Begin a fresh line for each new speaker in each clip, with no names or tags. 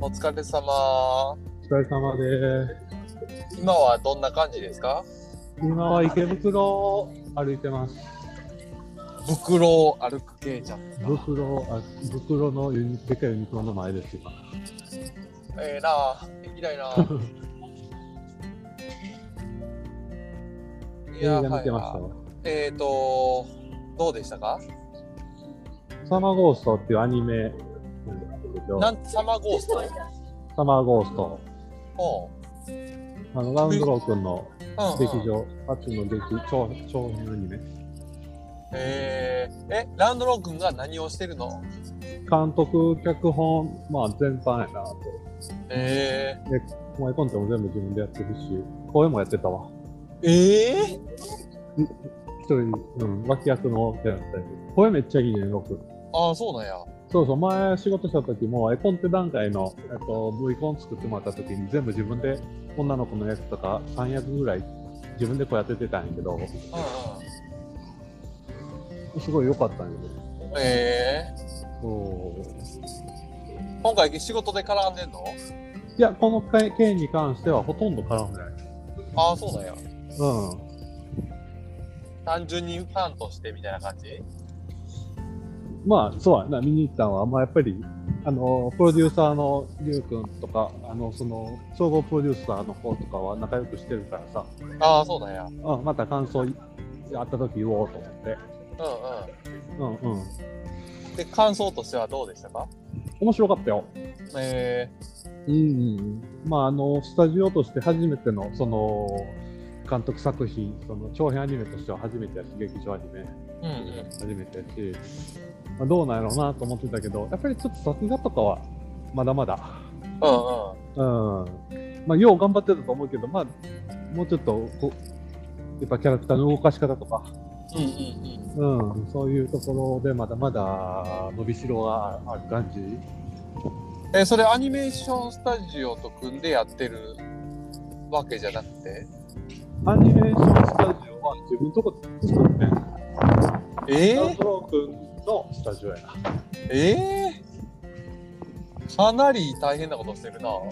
お疲れ様。
お疲れ様で
今はどんな感じですか
す。今は池袋を歩いてます。
袋を歩く系じゃん。
袋、あ、袋のユニ、でかいユニクロの前です。今
ええなあ、できないな あ。い
映画見てまし
はい
た
は
わ。
いえっ、ー、と、どうでしたか
サマーゴーストっていうアニメなんですけど。
なんサマーゴース ト
サマーゴースト。
おう
あの、ラウンドロー君の
うん
劇
うん、
場、初の劇、長、長編アニメ。
えー、え、ランドロー君が何をしてるの
監督、脚本、まあ全般やなと。
え
もうコンテも全部自分でやってるし、声もやってたわ。
ー、えー、
一人、うん、脇役の手だったり。声めっちゃいいね、僕。
ああ、そうなんや。
そうそう、前仕事した時も、絵コンテ段階の、えっと、V コン作ってもらった時に、全部自分で女の子の役とか3役ぐらい自分でこうやっててたんやけど、
うん
すごい良かったんやけど。
うん。えー、
そう
今回仕事で絡んでんの
いや、この件件に関してはほとんど絡んでない。
ああ、そうなんや。
う
単純にファンとしてみたいな感じ
ん。まあ、そうやな、見に行ったのは、まあやっぱり、あの、プロデューサーのりゅうくんとか、あの、その、総合プロデューサーの方とかは仲良くしてるからさ、
ああ、そうなんや。うん
うん、また感想あった時言おうと思って。
う
うんうん。
ん。で、感想としてはどうでしたか
面白かったよ。
え
うんうん、まああのスタジオとして初めてのその監督作品その長編アニメとしては初めてやし劇場アニメ
ー、うんうん。
初めてやし、まあ、どうなんやろうなと思ってたけどやっぱりちょっと作画とかはまだまだ、
うんうん。
うんまあ、よう頑張ってたと思うけど、まあ、もうちょっとこうやっぱキャラクターの動かし方とか、
うんうん
うん、そういうところでまだまだ伸びしろがある感じ。
うん。え、それアニメーションスタジオと組んでやってるわけじゃなくて
アニメーションスタジオは自分とこで作ってん
え
ラウンドロー君のスタジオやな。
えーかなり大変なことしてるな。う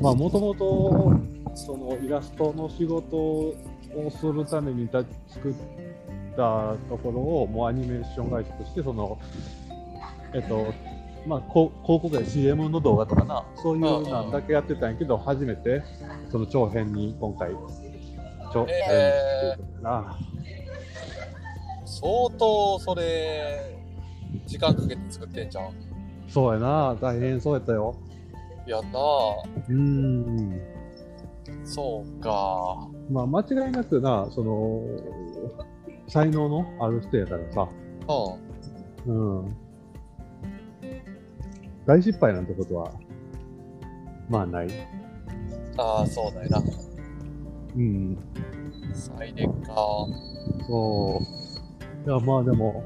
まあ、もともと、そのイラストの仕事をするためにた作ったところを、もうアニメーション会社として、その、えっと、まあ、こう広告や CM の動画とかな、そういうなんだけやってたんやけど、初めて、その長編に今回、長編
え
な。
相当それ、時間かけて作ってんじゃん。
そうやな、大変そうやったよ。
やな
うーん。
そうか。
まあ、間違いなくな、その、才能のある人やからさ、
うん。
うん。大失敗なんてことは、まあない。
ああ、そうだよな。
うん。
最年か。
そう。いや、まあでも、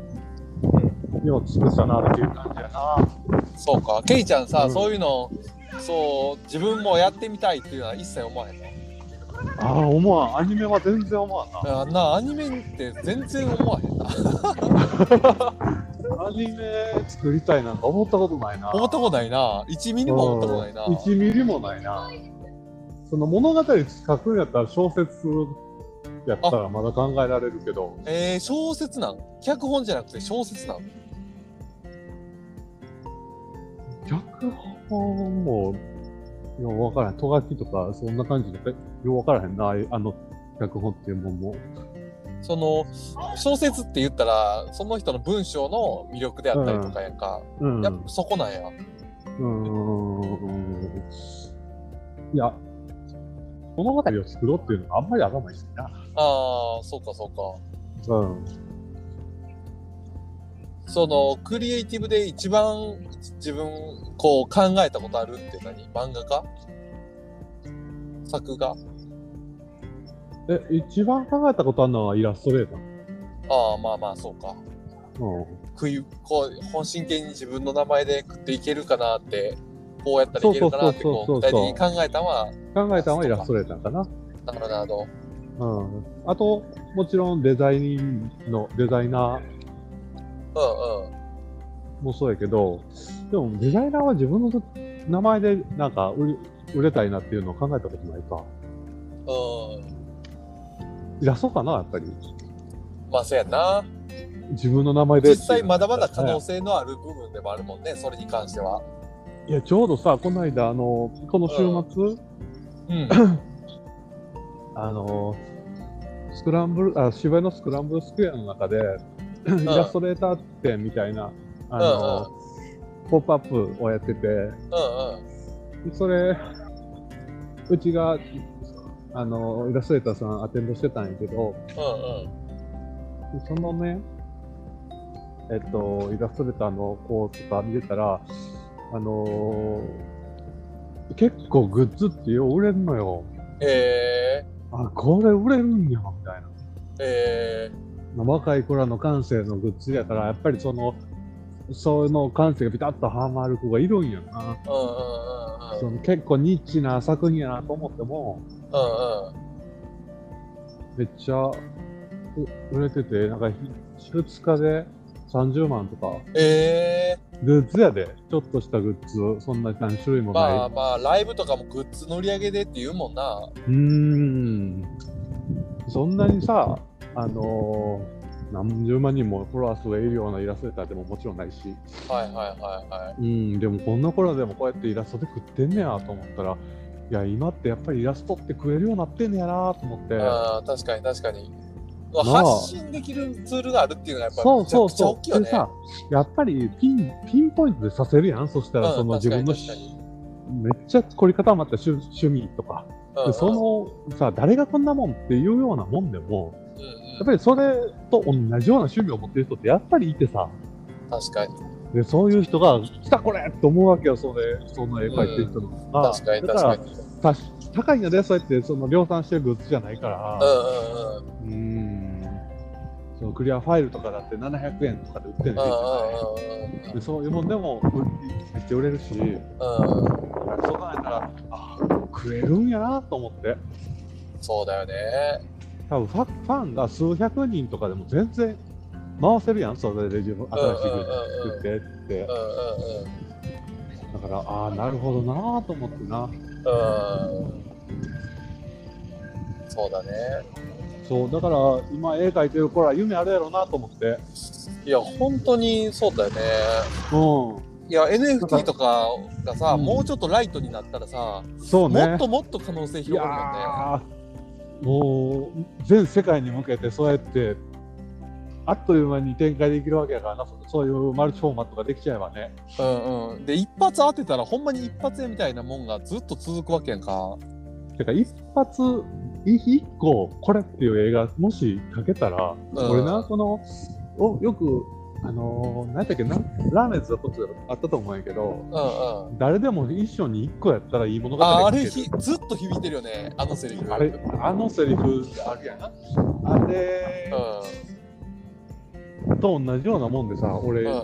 よう尽くしたなっていう感じやな。
そうか、ケイちゃんさ、
うん
そういうの、そう、自分もやってみたいっていうのは一切思わへんの。
ああ、思わん。アニメは全然思わんな。
あんなアニメって全然思わへんな。
アニメ作りたいなんか思ったことないな。
思ったことないな。1ミリも思ったことないな。
1ミリもないな。その物語書くんやったら小説やったらまだ考えられるけど、
えー、小説なん脚本じゃなくて小説なん
脚本も、よう分からへん。とがきとか、そんな感じで、よう分からへんな、あいあの脚本っていうもんも。
その、小説って言ったら、その人の文章の魅力であったりとかやんか。
うん。
やっ
う
ぱそこなんや。
ーん。いや、物語を作ろうっていうのがあんまり頭いいしな。
ああ、そうかそう
うん。
か。その、クリエイティブで一番自分、こう考えたことあるって何漫画家作画
え、一番考えたことあるのはイラストレーター。
ああまあまあそうか
うん。
食いこう本真剣に自分の名前で食っていけるかなってこうやったら
そ
いうけ
そ
る
う
か
そう
なってこう
そう
具
そ
体
うそ
的
う
に考えたのは
考えたのはイラストレーターかな。
なるほどなるほ
うん。あと、もちろんデザインの、デザイナー
どうんうん
もそうやけど、でもデザイナーは自分の名前でなんか売り売れたいなっていうのを考えたことないか。
うん。
イラストかな、やっぱり。
まあ、そうやな。
自分の名前で。
実際、まだまだ可能性のある部分でもあるもんね、それに関しては。
いや、ちょうどさ、この間、あの、この週末、
うん。
あのスクランブルあ渋谷のスクランブルスクエアの中で、イラストレーター展みたいなあの、ポップアップをやってて
うんうん。
それうちがあのイラストレーターさんアテンドしてたんやけど
うんうん。
そのねえっとイラストレーターの子とか見てたらあの結構グッズってよう売れんのよ
え
あこれ売れるんやみたいな。
ー、え
若い子らの感性のグッズやからやっぱりそのその感性がピタッとはまる子がいるんやな、
ー、うんうんうんうん。
その結構ニッチな作品やなと思っても
うんうん。
めっちゃう売れててなんか2日で30万とか
え
グッズやでちょっとしたグッズそんな何種類
ー、
もない、
まあまあ、ライブとかもグッズの売り上げでって言うもんな。
うーんそんなにさあのー何十万人もフォロワー数がいるようなイラストレーターでももちろんないし
はいはいはいはい。
うん、でもこんな頃でもこうやってイラストで食ってんねやと思ったら、いや、今ってやっぱりイラストって食えるようになってんねやなと思って、
ああ、確かに確かに。
あ
発信できるツールがあるっていうのはやっぱり
そう
めちゃ
そう
くちゃ大
そ。
きいうよ
で
ね。
さ、やっぱりピンピンポイントでさせるやん、そしたら
うん
その自
確かに
分の
確かに
めっちゃ凝り固まった趣趣味とか、
うんう
で
ん
そのさ、誰がこんなもんっていうようなもんでも、
うん
や
う
っ
ん
ぱりそれと同じような趣味を持ってる人ってやっぱりいてさ、
確かに
でそういう人が、来たこれと思うわけよ、それ、その絵描いてる人のが。
確かに
だ
確
ら
かに。
た高いんだね、そうやってその量産してるグッズじゃないから
う、んうんうん。
うーん、そのクリアファイルとかだって700円とかで売ってるん
うんうん
ですよでそういうもんでも売めっちゃ売れるし、そう
うんうん。
考えたら、あ食えるんやなと思って、
そうだよね。
多分ファファンが数百人とかでも全然回せるやん、それで自分、新しいグッズ作ってって
う、んうんうん。
だから、ああ、なるほどなと思ってな。
うんそうだね。
そうだから今絵描いてる頃は夢あるやろうなと思って、
いや、本当にそうだよね。
う
いや、NFT とかがさ、
うん
もうちょっとライトになったらさ、
ん、そうね
もっともっと可能性
いや
広がるよね。
ーもう全世界に向けてそうやってあっという間に展開できるわけやからなそそういうマルチフォーマットができちゃえばね
うんうん。で、一発当てたら、ほんまに一発屋みたいなもんがずっと続くわけやんか。
てか一発い一個これっていう映画もしかけたら、
うん
俺なこのおよくあのー、何やったっけなラーメンズのことあったと思うんやけど
うんうん。
誰でも一緒に一個やったらいいもの
あ
が
あれひ、ずっと響いてるよね、あのセリフ。
あれあのセリフあるやなあれ
う
と同じようなもんでさ俺、
ん。うんう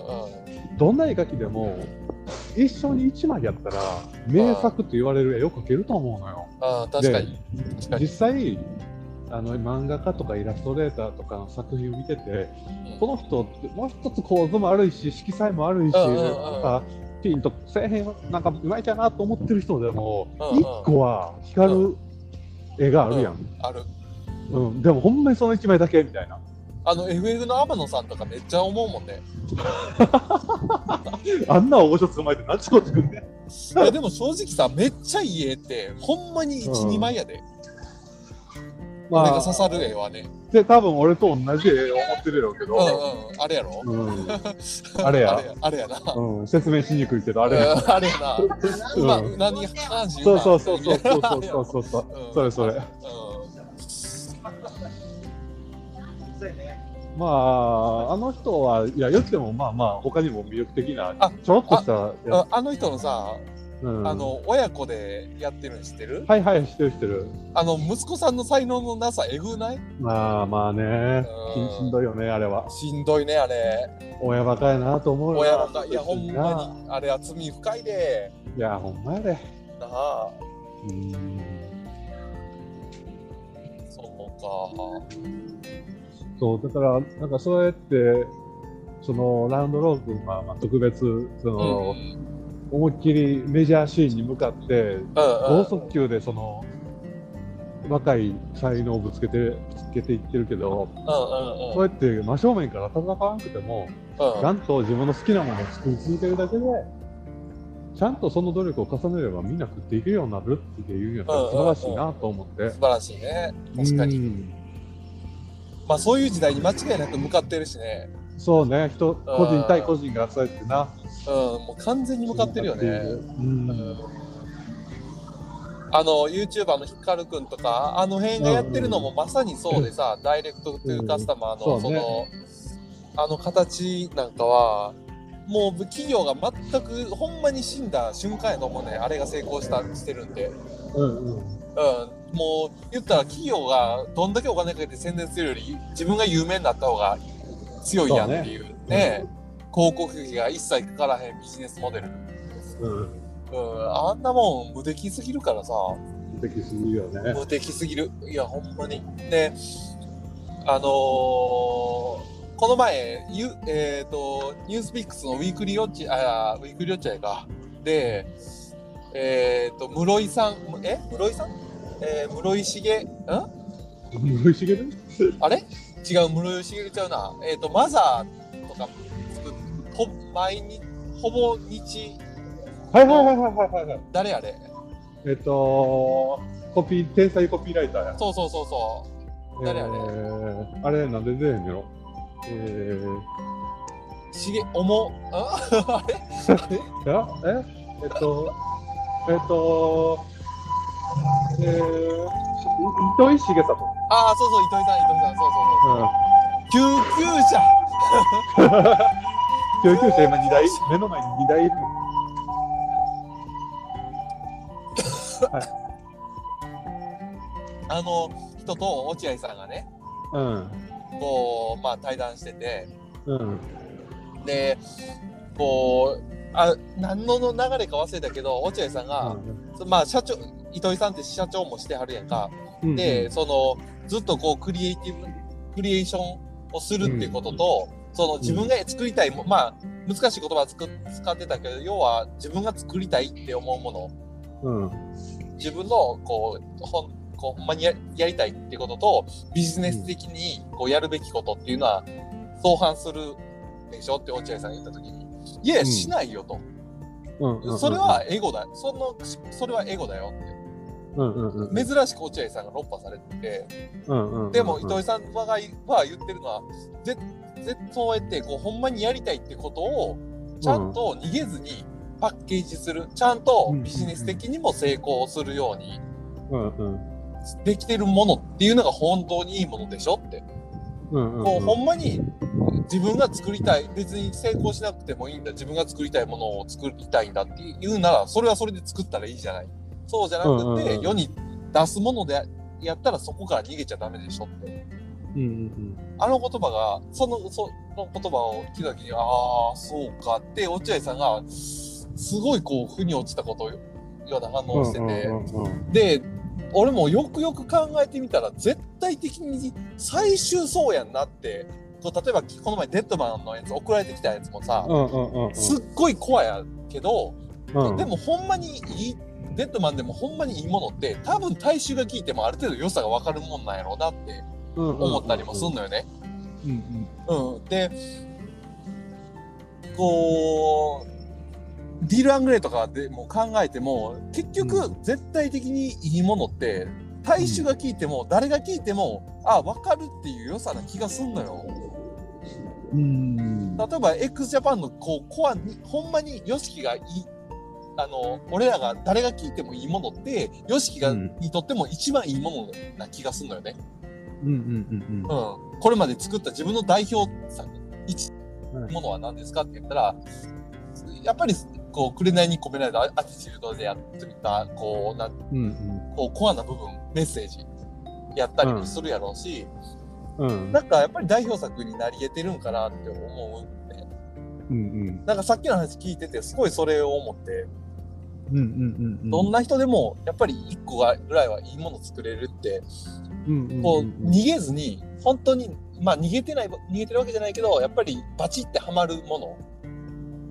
ん。
どんな絵描きでも一緒に一枚やったら名作と言われる絵を描けると思うのよ。
ああ、確かに。確か
実
に。
際あの漫画家とかイラストレーターとかの作品を見ててこの人ってもう一つ構図もあるし色彩もあるし、
うんうんうん
なんかピンとせえへんなんかうまいかなと思ってる人でも
うんうん
一個は光る絵があるやん、
ある。
うんでもほんまにその一枚だけみたいな
あの FF の天野さんとかめっちゃ思うもんね。
あんな大御所捕まえて何ちこちくんね
いやでも正直さ、めっちゃいい絵って、ほんまに1、
うん
2枚やで。
ま
俺が
あ
刺さる絵はね。
で多分俺と同じ絵を持ってるやろうけど、
うんうん。あれやろ
うん、 あれや
あれあれやな。
うん、説明しにくいけど、あ
あ
れ、
あれやな。
うん
まあ、何が感じ
そうそうそうそうそうそう
う
そうそうそう、 それそれ。まあ、あの人は、いや、よっても、まあまあ、他にも魅力的な
あ、
ちょろっとした
うん
や
ああの人のさ、
つ、うん、
あの親子でやってるの知ってる
はいはい、してるしてる。
あの息子さんの才能のなさえぐない
まあまあね、
う
し
ん
んしんどいよね、あれは。
しんどいねあれ
親バカやなと思うよな。
親バカいやほんま
に。
にあれは罪深いで
いや、ほんまやで。
なあ
うん
そうか
そうだからなんかそうやってそのラウンドロー君はまあ特別そ
うん
の、思いっきりメジャーシーンに向かって
うん
剛速球でその若い才能をぶつけてぶつけていってるけど、
うん
そうやって真正面から戦わなくても、
うん
ちゃんと自分の好きなものを作り続けるだけで、ちゃんとその努力を重ねればみんな食っていけるようになるっていうのは素晴らしいなと思って。
素晴らしいね確かに
うん
まあそういう時代に間違いなく向かってるしね
そうね、人個人対個人がそうやってな。
うんもう完全に向かってるよね
うん。
あの YouTuber のヒカルくんとかあの辺がやってるのもまさにそうでさ、ダイレクトというカスタマーの、
うん
そ
そうね
のあの形なんかはもう企業が全くほんまに死んだ瞬間やと思うねあれが成功したしてるんで、
うんう
う
ん
ん、もう言ったら企業がどんだけお金かけて宣伝するより自分が有名になった方が強いやんっていうね広告費が一切かからへんビジネスモデル、
うん。
うん、あんなもん無敵すぎるからさ、
素敵すぎるよね。
無敵すぎるいやほんまにであのーこの前ゆえっ、とニュースピックスのウィークリーウォッチあーウィークリーウォッチやかでえっ、と室井さんえ室井さん、えー室井茂ん
森重ね
あれ違う、室井茂ちゃうな。えっ、と、マザーとか作っほ、毎日、ほぼ日、
はいはいはいはいはいはい。
誰あれ
えっと、コピー、天才コピーライターや。
そうそうそうそう。誰あれ
えーあれなんで出へんやろえー、
茂、おも、んあれ
えええっと、えっと、えー、糸井重里。
ああ、そうそう、糸井さん、糸井さん、そうそうそう。救急
うん。
車
救急車今2台、目の前に2台いる。
あの人と落合さんがね、
うん。
こう、まあ対談してて、
うん。
で、こう、あ何の流れか忘れたけど、落合さんが、まあ社長、糸井さんって社長もしてはるやんか。
うん、
で、そのずっとこうクリエイティブクリエーションをするっていうことと、その自分が作りたいも、まあ難しい言葉つく使ってたけど要は自分が作りたいって思うもの
うん、うん。
自分のこうほんこうほんまにややりたいっていうこととビジネス的にこうやるべきことっていうのは相反するでしょって落合さんが言った時に「いや
うん
しないよ」と
う
「
ん。
それは、エゴだそのそれはエゴだよ」って
うんうんう
珍
ん。
しく落合さんが論破されてて。
うんうんうん、
でも糸井さんはがは言ってるのはぜぜそうやってこうほんまにやりたいってことをちゃんと逃げずにパッケージする、ちゃんとビジネス的にも成功するように
うんうん。
できてるものっていうのが本当にいいものでしょって、
うんうんうん。
こうほんまに自分が作りたい別に成功しなくてもいいんだ自分が作りたいものを作りたいんだっていうならそれはそれで作ったらいいじゃないそうじゃな
うん
く
うん
て
うん
世に出すものでやったらそこから逃げちゃダメでしょって。
うんうん
あの言葉が、その、その言葉を聞いた時に、ああ、そうかって、落合さんが、すごいこう、腑に落ちたことをような反
うん。
応をしてて、
うんうんうん
で、俺もよくよく考えてみたら、絶対的に最終そうやんなって、こう例えば、この前、デッドマンのやつ、送られてきたやつもさ
う、んうんうんうん。
すっごいコアやけど、
うん
でもほんまにいい、デッドマンでもほんまにいいものって、多分大衆が聞いてもある程度良さがわかるもんなんやろうなって思ったりもすんのよね。
うんうん
うん、でこうディール・アングレイとかでも考えても結
う
局絶対的にいいものって大衆が聞いても誰が聞いてもあ分かるっていう良さな気がすんのよ。
うん
例えば x ジャパンのこうコアにほんまに YOSHIKI がいいあの俺らが誰が聞いてもいいものって YOSHIKI が
うん
にとっても一番いいものな気がすんのよね。
うんうんうん
うん、これまで作った自分の代表作一
うん
ものは何ですかって言ったら、やっぱりこう紅に込められたアティチュードでやってみたこうなん
うん
こうコアな部分メッセージやったりもするやろうし、
うんうん
なんかやっぱり代表作になり得てるんかなって思うんで
うん
なんかさっきの話聞いててすごいそれを思って、
うんうんうんうん
どんな人でもやっぱり一個ぐらいはいいもの作れるって
うんうんうん
こう逃げずに本当にまあ逃げてない逃げてるわけじゃないけどやっぱりバチってはまるも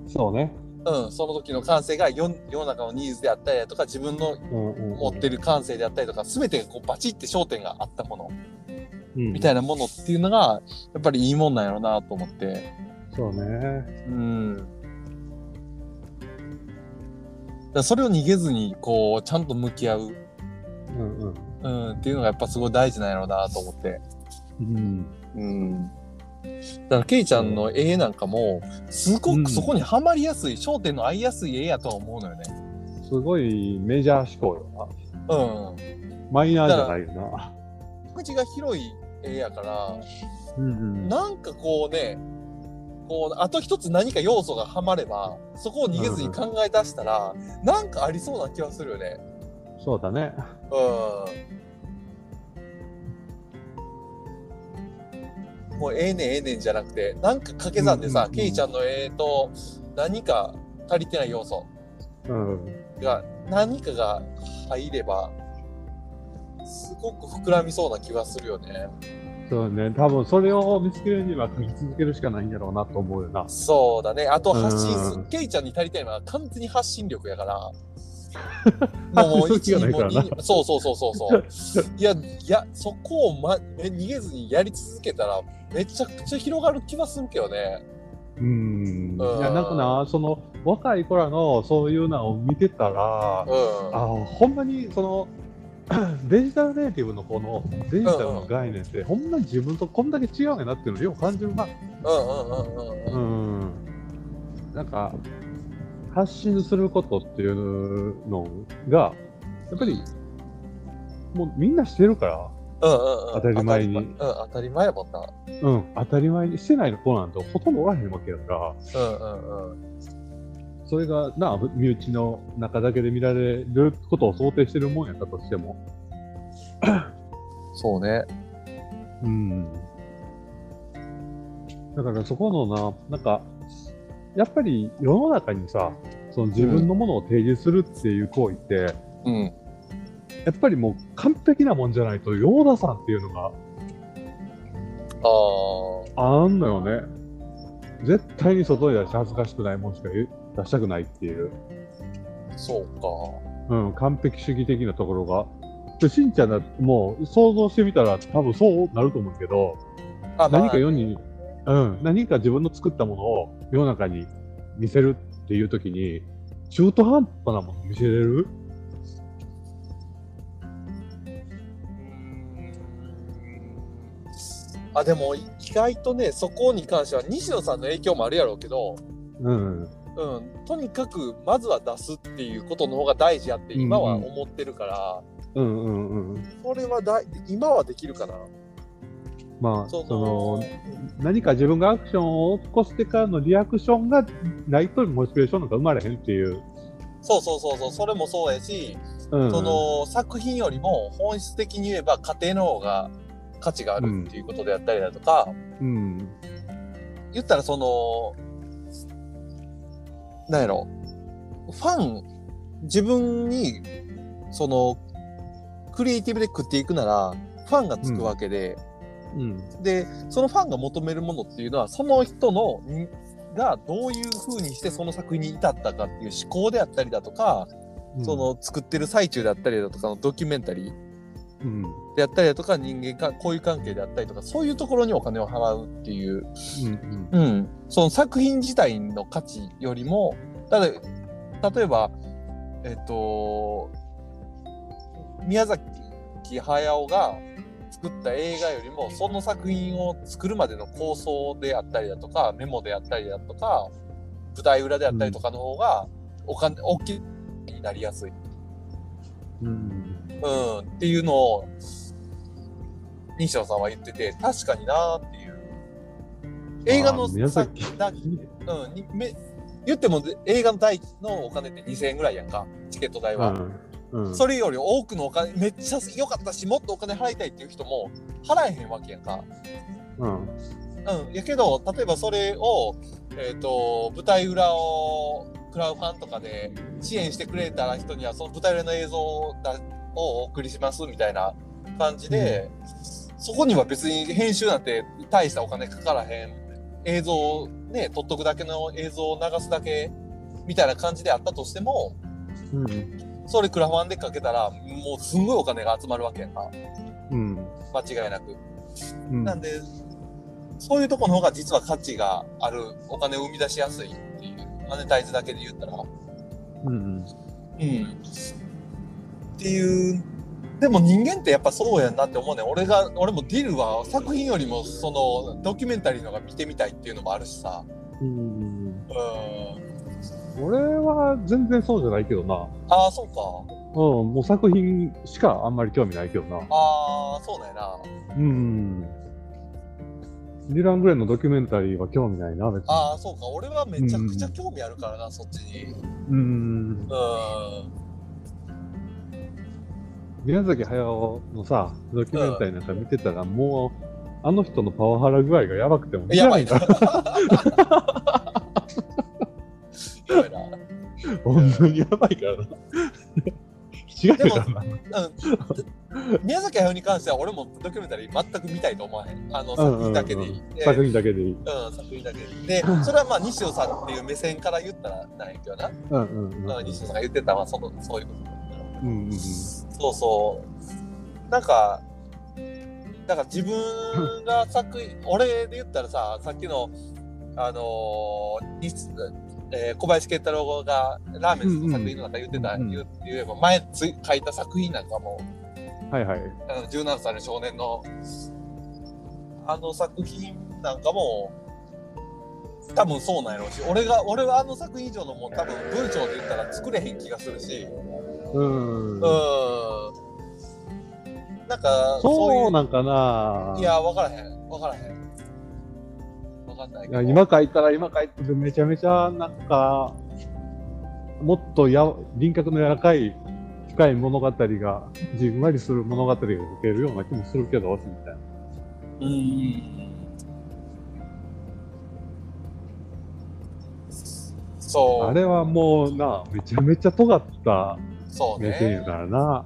そうね。
の、うん、その時の感性が世世の中のニーズであったりだとか自分の
うんうんうん、
持ってる感性であったりとか全てがこうバチって焦点があったものみ
み
たいなものっていうのがやっぱりいいもんなんやろなと思って。
そうね。
うんだからそれを逃げずにこうちゃんと向き合う、
うんうん。
うん、っていうのがやっぱすごい大事なんやろうなと思って
うん。
うんだからケイちゃんの絵なんかもすごくそこにはまりやすい、焦点の合いやすい絵やとは思うのよね。
すごいメジャー思考よ
う
な。マイナーじゃないよな。
ん、口が広い絵やから
うん
なんかこうねこうあと一つ何か要素がはまればそこを逃げずに考え出したら、なんかありそうな気はするよね。
そうだね。
うんもうええねんええねんじゃなくてなんか掛け算で
うん
さ
うんうん
ケイちゃんの絵と何か足りてない要素
うん。
が何かが入ればすごく膨らみそうな気はするよね
そうね。多分それを見つけるには書き続けるしかないんだろうなと思うよな。
そうだねあと発信す
うん
ケイちゃんに足りたいのは完全に発信力やから もう
発信
一
力がない
も
から
う
な
二そうそうそうそうそういやいやそこを、ま、ね逃げずにやり続けたらめちゃくちゃ広がる気はするけどね
うん。いや、
うん
なんかな、その若い子らのそういうのを見てたら、
うん
あほんまにその デジタルネイティブのこのデジタルの概念って、ほんまに自分とこんだけ違うんやなっていうのをよく感じるな。
うんうんうんうんうん
うん。なんか、発信することっていうのが、やっぱり、もうみんなしてるから、
うんうんうん
当たり前に
当たり前うん当たり前やもんな
うん、当たり前にしてない子なんてほとんどおらへんわけやから、
うんうんうん
それがな、身内の中だけで見られることを想定してるもんやったとしても、
そうね
うん。だからそこのな、なんか、やっぱり世の中にさ、その自分のものを提示するっていう行為って、
うん
やっぱりもう完璧なもんじゃないと、ヨーダさんっていうのが
ああ
あんのよね。絶対に外に出して恥ずかしくないもんしか言う出したくないっていう、
そうか。
うん、完璧主義的なところが。でしんちゃんだもう想像してみたら多分そうなると思うけど、
あ
何か世に、うん、何か自分の作ったものを世の中に見せるっていう時に中途半端なもの見せれる
あでも意外とねそこに関しては西野さんの影響もあるやろうけど、
うん、
うん、とにかくまずは出すっていうことの方が大事やって今は
うんうん
思ってるから、
うんうんうん
それはだい今はできるかな。
まあ
そ
そ
の
の何か自分がアクションを起こしてからのリアクションがないとモチベーションなんか生まれへんっていう、
そうそうそうそうそれもそうやし、
うん、
その作品よりも本質的に言えば家庭の方が価値があるっていうことであったりだとか、
うん
言ったらその、なんやろ、ファン、自分に、その、クリエイティブで食っていくなら、ファンがつくわけで、
うん
で、そのファンが求めるものっていうのは、その人の、にがどういう風にしてその作品に至ったかっていう思考であったりだとか、
うん
その作ってる最中であったりだとかのドキュメンタリー
うん
であったりだとか、人間か、交友関係であったりとか、そういうところにお金を払うっていう
うん
うん、その作品自体の価値よりもただ例えばえっと宮崎駿が作った映画よりもその作品を作るまでの構想であったりだとかメモであったりだとか舞台裏であったりとかの方がお金大きいになりやすい、
うんうん
うん、っていうのを西野さんは言ってて確かになーっていう映画の
あー宮崎
さなうん、にめ言ってもで映画の代のお金って2000円ぐらいやんかチケット代は、
うんうん
それより多くのお金めっちゃ良かったしもっとお金払いたいっていう人も払えへんわけやんか、
うん
うん、やけど例えばそれを、えー、と舞台裏をクラウファンとかで支援してくれた人にはその舞台裏の映像をだをお送りしますみたいな感じで、そこには別に編集なんて大したお金かからへん映像をね撮っとくだけの映像を流すだけみたいな感じであったとしても
うん。
それクラファンでかけたらもうすんごいお金が集まるわけやんか
うん。
間違いなく。
うん
なんでそういうとこの方が実は価値があるお金を生み出しやすいっていうマネタイズだけで言ったら。
う
う
ん。
んっていうでも人間ってやっぱそうやんなって思うね俺が俺もディルは作品よりもそのドキュメンタリーのが見てみたいっていうのもあるしさ
うん。
うん
俺は全然そうじゃないけどな。
ああそうか
うん。もう作品しかあんまり興味ないけどな。
ああそうだよな
うん。ディラン・グレンのドキュメンタリーは興味ないな、別に。
ああそうか俺はめちゃくちゃ興味あるからな、そっちにうん
うん。宮崎駿のさ、ドキュメンタリーなんか見てたら、もう、あの人のパワハラ具合がやばくても見ら
や
れ
ば
ない
いな やばいな
本当にやばいからな。違うから な。
うん宮崎駿に関しては俺もドキュメンタリー全く見たいと思わへんあの
うんうん
作
う
品だ
ん
けでいい、で
作品だけでいい。
うん、作品だけで。で、 それはまあ、西尾さんっていう目線から言ったらないけどな。
うんうんうん。
まあ西尾さんが言ってたのはその、そういうことだ
うんうんうん。
そうそう。なんか、だから自分が作品、俺で言ったらさ、さっきの、あのー西えー小林慶太郎がラーメンズの作品の中で言ってた、
うんうん
言う言えば前つい書いた作品なんかも
はいはい。
あの17歳の少年のあの作品なんかも多分そうなんやろうし俺が俺はあの作品以上のもん多分文章で言ったら作れへん気がするし
う
う。
ん
ーんなんかそうい
そううなんかない
や分からへん分からへん分かんない
い
けど
や今書いたら今書いててめちゃめちゃなんかもっとや輪郭の柔らかい深い物語がじんわりする物語が書けるような気もするけどみたいな
うんそ
あ
う
れはもうなめちゃめちゃ尖った
そう
目線
ね
やからな、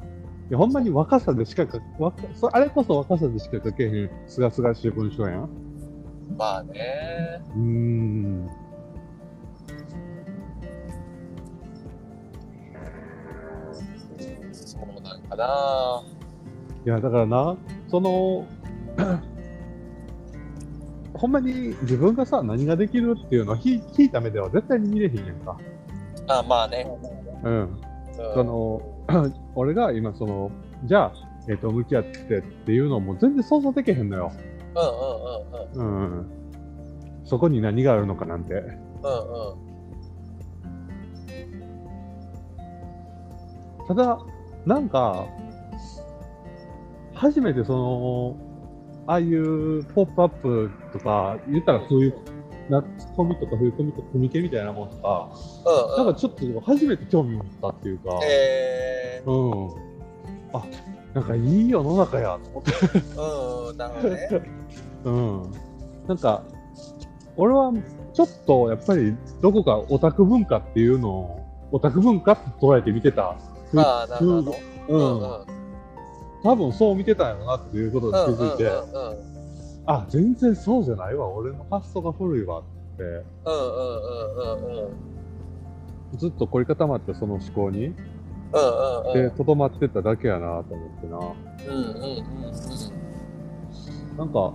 いやほんまに若さでしか書若そあれこそ若さでしか書けへんすがすがしい文章やん
まあね
うーん
そうなんかない
やだからなその ほんまに自分がさ何ができるっていうのをひ聞いた目では絶対に見れへんやんか。
あまあね。
う
う
ん、
ん
その 俺が今そのじゃあ、えっと向き合ってっていうのも全然想像できへんのよ、
うんうんうん
うん、そこに何があるのかなんて
うんうん
ただなんか初めてそのああいう「ポップアップとか言ったらそういうなツッコミとか冬コミとかコミケみたいなもんとか
うんう
な
んん
かちょっと初めて興味持ったっていうか、
え
うんあなんかいい世の中やと思って、
ー、うんなるほどね
うん、なんか俺はちょっとやっぱりどこかオタク文化っていうのをオタク文化って捉えて見てた、
ああなるほど
う
うん
ん
うん
多分そう見てたんやろなっていうことに
うん
気づいて、
うんうんうん
あ全然そうじゃないわ俺の発想が古いわって
うんうんうんうんうん
ずっと凝り固まったその思考に
うん
でとどまってただけやなと思ってな。
うんうんうんうん
なんか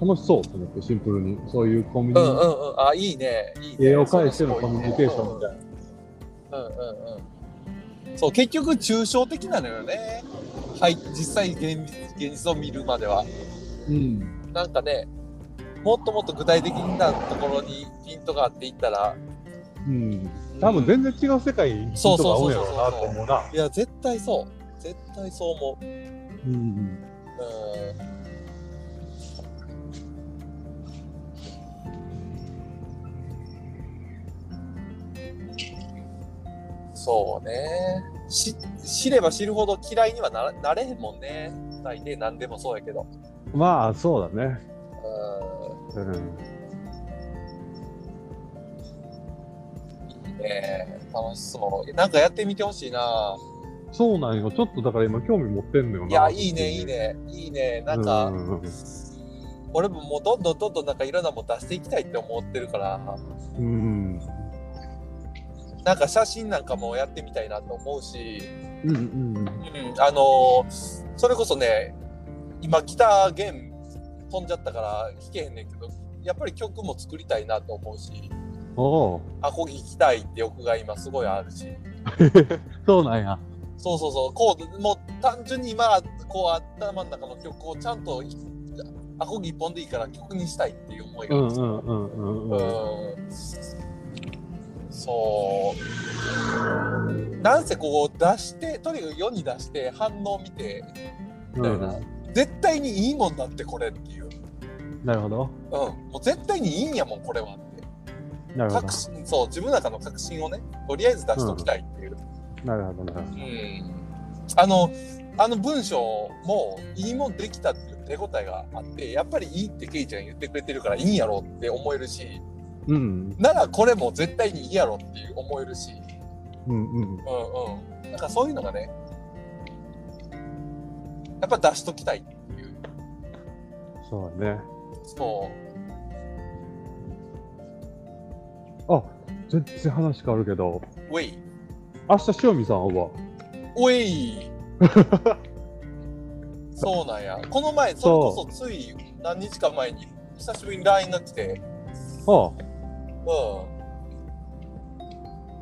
楽しそうと思ってシンプルにそういうコミ
う
ュ
ん
ニ
うんうんあいいねいい
テ
ね
絵を介してのコミュニケーションみたいな。
なうんうんうんそう結局抽象的なのよねはい実際現実現実を見るまでは
うん
なんかねもっともっと具体的なところにピントがあっていったら
うん、多分全然違う世界に人が合うんやろうなと思うな。
いや絶対そう絶対そう思う
うん
うーんそうねし知れば知るほど嫌いにはならなれへんもんね大抵何でもそうやけど
まあそうだね。
うー
うん、
んいいね楽しそうなんかやってみてほしいな
そうなんよ。ちょっとだから今興味持ってんのよ
い
な。
や、いいね、いい。ね、いいね。なんか、
うん
俺ももうどんどんどんどんなんかいろんなもん出していきたいって思ってるから、
うん。
なんか写真なんかもやってみたいなと思うし、
うんうん。
うん、あのそれこそね、今ギター弦飛んじゃったから弾けへんねんけど、やっぱり曲も作りたいなと思うし、
おお。
アコギ弾きたいって欲が今すごいあるし。
そうなんや。
そうそうそう、こう、もう単純に今、こう頭の中の曲をちゃんといアコギ一本でいいから曲にしたいっていう思いが
う
あるん
んう
ですよ
んうんうん
う
うん。
んそう。なんせこう出して、とにかく世に出して反応を見て、みたいな、絶対にいいもんだってこれっていう。
なるほど。
うん。もう絶対にいいんやもん、これはって。
なるほど
確。信、そう、自分の中の確信をね、とりあえず出しときたいっていう。
なるほどなるほ
うんあのあの文章もいいもんできたっていう手応えがあってやっぱりいいってケイちゃん言ってくれてるからいいんやろって思えるし
ど。うん。
ならこれも絶対にいいやろっていう思えるし
うんうん。
うんうんなんかそういうのがねやっぱ出しときたいっていう
そうだね。
そう
あ、全然話変わるけど、
ウェイ
明日塩見さんは
ウェイ そうなんやこの前それこそつい何日か前に久しぶりに LINE が来て
あ
うん。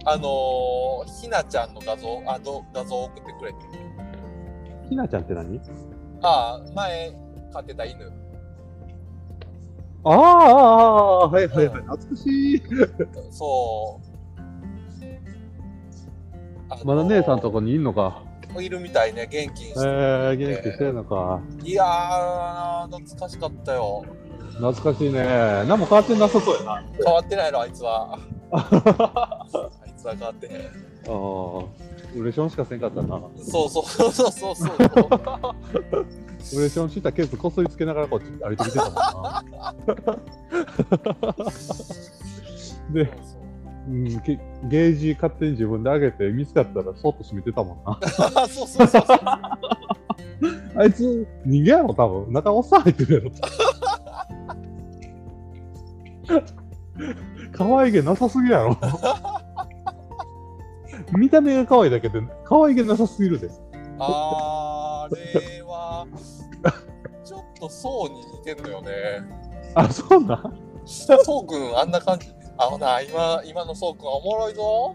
あのーひなちゃんの画像、あ、ど画像を送ってくれて。
あ、ひなちゃんって何
ああ、前飼ってた犬。
ああああ、はいはいはい。懐かしい。
そう。あのー
まだ姉さんとこにいんのか。
いるみたいね、元気にして。
えー、元気してんのか。
いやー、懐かしかったよ。
懐かしいね。何も変わってなさそうやな。あ
変わってないの、あいつは。あいつは変わってない。
あ、ウレションしかせんかったな。ウ
そうそうそうそうそうそう。
レションしたケースこすりつけながらこっち歩いてきてたもんな。で、うん、けゲージ勝手に自分で上げて見つかったらそっと閉めてたもんな。
あそうそうそうそう。
あいつ人間やろ多分。中おっさん入ってるやろ。可愛げなさすぎやろ。 見た目が可愛いだけで可愛げなさすぎるで。
あれは、ちょっとそうに似てんのよね。
あ、そうなん
そうくん、あんな感じ。あほな、今、今のそうくんはおもろいぞ。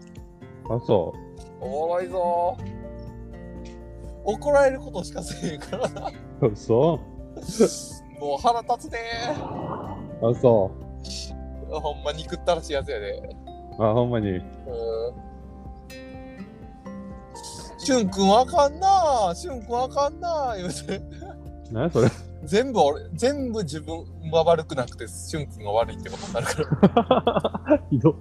あ、そ
おもろいぞ。怒られることしかせえへんからな。
う。そ
もう腹立つね。
う。あ、そ
ほんま憎ったらしいやつやで。
う。あ、ほんまに。
うん。しゅんくんあかんなあしゅんくんあかんなあ言うて。
なにそれ。
全部俺、全部自分は悪くなくて、しゅんくんが悪いってことになるから。
ひど。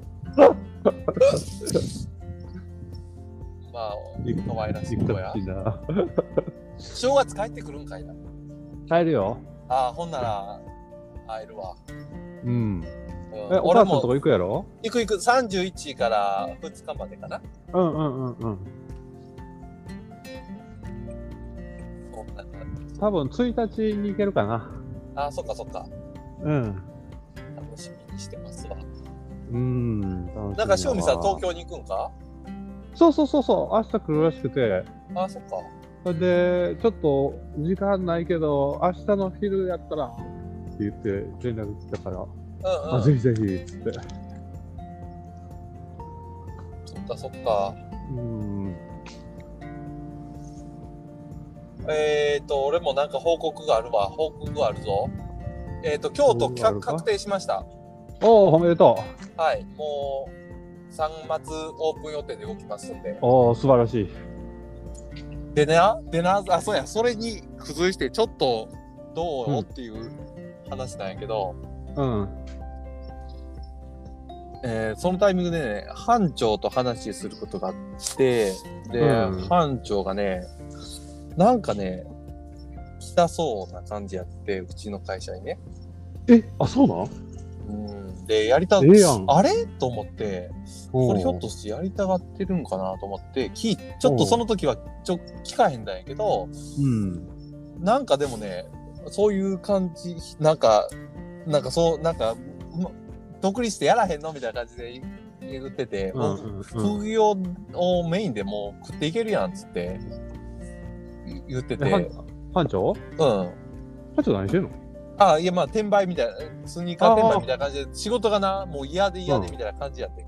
まあ、
いく
可愛らしい
行
子
った
や
らし。いな。
正月帰ってくるんかいな。
帰るよ。
ああ、ほんなら会えるわ。
うん。
うん
え、お母
俺
さんとこ
も
行くやろ
行く行く31から2日までかな。
うんうんうんうん。
そんな
多分1日に行けるかな。
ああ、そっかそっか。
うん。
楽しみにしてますわ。
うん。楽しみ
なんか、しおみさん、東
京
京に行くんか
そうそうそうそう。明日来るらしくて。
ああ、そっか。
それで、ちょっと時間ないけど、明日の昼やったらって言って連絡来たから、
うんう
あ、
ん。
ぜひぜひっつって。
そっかそっか。
うん。
えっ、ー、と、俺もなんか報告があるわ。報告あるぞ。えっ、と、京都
報告あ
客
るか
確定しました。
おお、おめでとう。
はい。もう、3月オープン予定で動きますんで。
おお、素晴らしい。
でな、でな、あ、そうや、それに付随して、ちょっと、どう
うん
よっていう話なんやけど、
うん。
えーそのタイミングでね、班長と話することがあって、で、
うん
班長がね、なんかね、来たそうな感じやって、うちの会社にね。
え、あ、そうなん
うん、でやりた、
ええやん
あれと思ってこれひょっとしてやりたがってるんかなと思って聞いちょっとその時はちょ聞かへんだんやけど
うん。
なんかでもねそういう感じなんかなんかそうなんかま独立してやらへんのみたいな感じで言ってて、
うんうんうん
副業をメインでもう食っていけるやんっつって言言ってて、
えは班
う
長
ん。
班長何してんの
あいやまあ転売みたいなスニーカー転売みたいな感じで仕事がなもう嫌で嫌でみたいな感じやって、
へ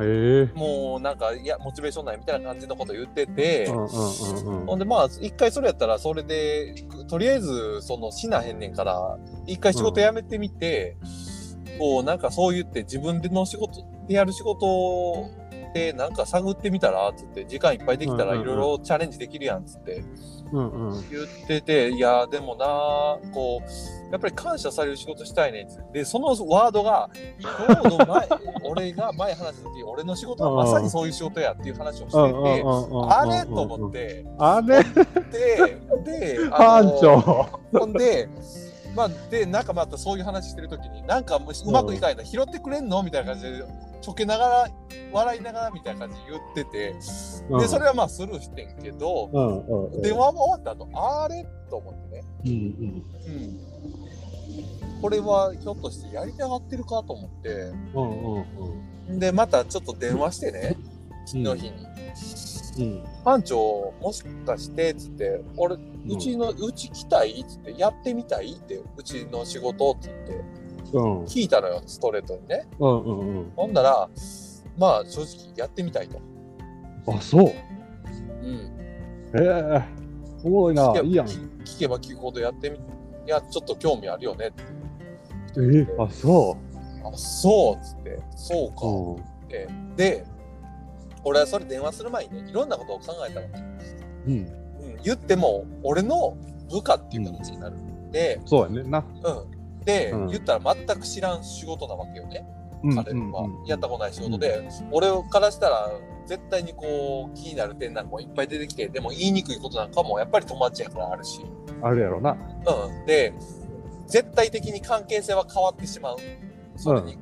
え。
もうなんかいやモチベーションないみたいな感じのこと言ってて、
うんうんうんう
ほん
ん。
でまあ一回それやったらそれでとりあえずその死なへんねんから一回仕事辞めてみて、こうなんかそう言って自分での仕事でやる仕事でなんか探ってみたらっつって時間いっぱいできたら
うん
い
うんう
ろ
ん
いろチャレンジできるやんっつって
うんうん。
言ってていやでもなこうやっぱり感謝される仕事したいねんっつってでそのワードがちょうど前俺が前話した時俺の仕事はまさにそういう仕事やっていう話をしていて。あれと思っ。て、
あれ
で、で、あ
班
の
長
ほんで、まあ、で、なんかまたそういう話してるときに、なんかもううまくいかないな、拾ってくれんのみたいな感じで、ちょけながら、笑いながらみたいな感じで言ってて、で、それはまあスルーしてんけど、
うんうんうん。
電話も終わった後、あれと思ってね、
うんうん
うん。これはひょっとしてやりたがってるかと思って、
うんうん
で、またちょっと電話してね、
うん。
次の日に。
うん。
班長、もしかしてっつって、俺、うちの、うち来たいっつって、やってみたいって、うちの仕事って言って、
うん
聞いたのよ、ストレートにね。
うんうん
ほんなら、まあ、正直、やってみたいと。
うん。あ、そう。
うん。
ええ。おもろいな。いいやん。え
聞聞けば聞くほどやってみ、いや、ちょっと興味あるよねって。
え。あ、そ
あ、そうっつって、そう
う。
か
う
って。で、俺はそれ電話する前にね、いろんなことを考えたの。
ん。うん。
うん、言っても、俺の部下っていう形になる。で、
そうやね。な。
うん。で、
うん
言ったら全く知らん仕事なわけよね。
うん
彼はやったことない仕事で、俺からしたら絶対にこう気になる点なんかもいっぱい出てきてでも言いにくいことなんかもやっぱり友達やからあるし、
あるやろな。
うん、で絶対的に関係性は変わってしまうそれに、うん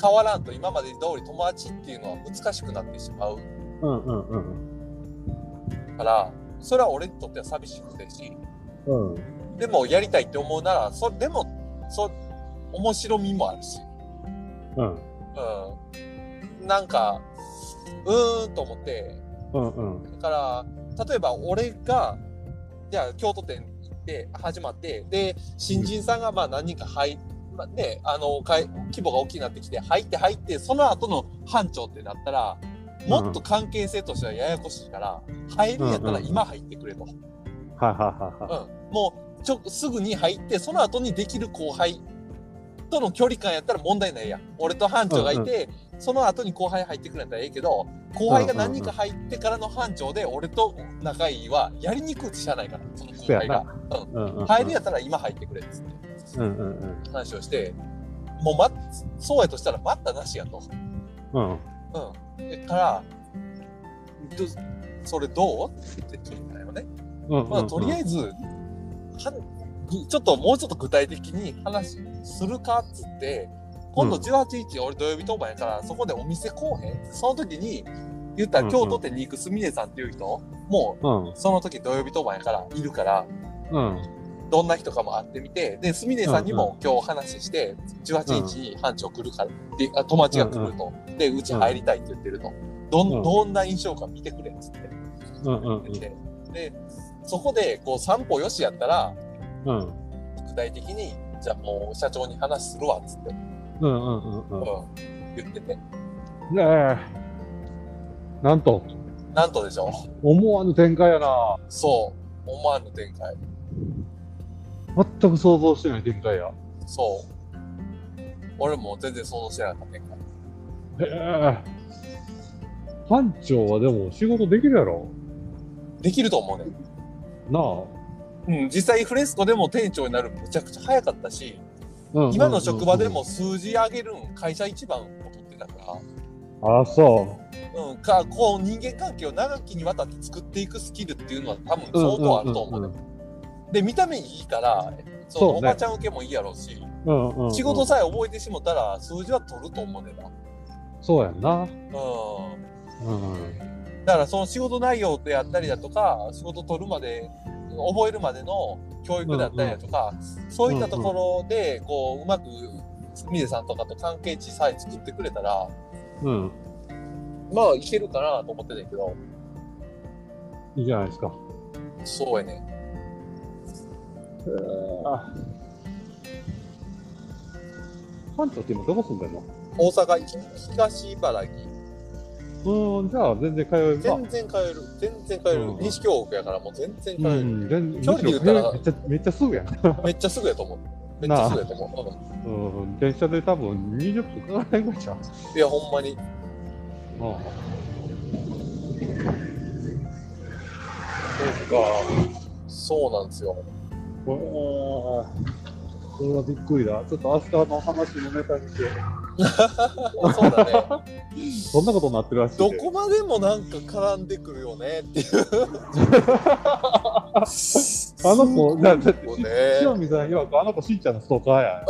変わらんと今まで通り友達っていうのは難しくなってしまう
うんうんうん。
からそれは俺にとっては寂しくてし
うん。
でもやりたいって思うならそでもそ面白みもあるし。
うん。
うん、なんかうーんと思って
うんうん。
だから例えば俺がじゃあ京都店行って始まってで新人さんがまあ何人か入まあねあのかい規模が大きくなってきて入って入ってその後の班長ってなったらもっと関係性としてはややこしいから、入るんやった
うん
ら
うんうん
今入ってくれと、う
はいはいはい
ん
は
もうちょすぐに入ってその後にできる後輩との距離感やったら問題ないやん俺と班長がいて、その後に後輩入ってくるんやったらええけど後輩が何人か入ってからの班長で俺と仲いいはやりにくいってしゃあないからその
い。
後
そや
輩
な
が。
うんうん。
入るやったら今入ってくれっつって
うんうんうん。
話をしてもう、ま、そうやとしたら待ったなしやと。
うん。
うん、だからどそれどうって聞いたよね。
うん。
まあ、とりあ
え
えず、はぐちょっともうちょっと具体的に話するかっつって、今度
うん
18日、俺土曜日当番やから、そこでお店こうへんその時に、言った
う
ら
ん
京都店に行くすみれさんっていう人、も
ず。うん
う。その時土曜日当番やから、いるから、
うん。
どんな人かも会ってみて、で、すみれさんにも今日話して、18日に班長来るから、であ友達が来ると、で、うち入りたいって言ってると、ど
うんん
どんな印象か見てくれっつって。
うんうんうん。
ででそこでこう散歩よしやったら
うん
具体的にじゃあもう社長に話するわっつって、
うんうんう
う
ん。
ん、言ってて
ねえ。なんと、
なんとでしょう
思わぬ展開やな。
そう思わぬ展開
全く想像してない展開や。
そう俺も全然想像してなかった展開
へえ。班長はでも仕事できるやろ。
できると思うね、
なあ。
うん、実際フレスコでも店長になるむちゃくちゃ早かったし
うん
今の職場で。も数字上げるん会社一番を取ってたから
ああ、そ
うん、かこう人間関係を長きにわたって作っていくスキルっていうのは多分
う。
相当あると思うね、
うんうんうんうん
で見た目いいからそ
そう
の
ね
おばちゃん受けもいいやろうし
うんうんうん
仕事さえ覚えてしもたら数字は取ると思うねんな。
そうやんな。
う
うん。
ん。だからその仕事内容であったりだとか、仕事取るまで、覚えるまでの教育だったりだとか、そういったところで、こう、うまく、ミネさんとかと関係値さえ作ってくれたら、
うん。
まあいけるかなと思ってたんやけど、
いいじゃないですか。
そうやね。
関東って今どこ住んでるの
大阪行き、東茨城。
うん、じゃあ全然通えるな
全然通える。全然通える
うん。
西京北やからもう全然通
う
える。
ん、
距
全然、
離で言ったら
めっちゃ、めっちゃすぐやん。
めっちゃすぐやと思う。めっちゃすぐやと思う。うん
うん、電車で多分20分かからないぐらいじゃん。
いや、ほんまに。
あ
そうか。そうなんですよ。
あこれはびっくりだ。ちょっと明日の話のネタにして、
そうだね。
そんなことになってるらしい
ど
で。
こまでもなんか絡んでくるよねっていう。
あの子、じゃあ、だって
そう
し
ね、
塩見さん曰く、あの子、しんちゃんのストーカーや。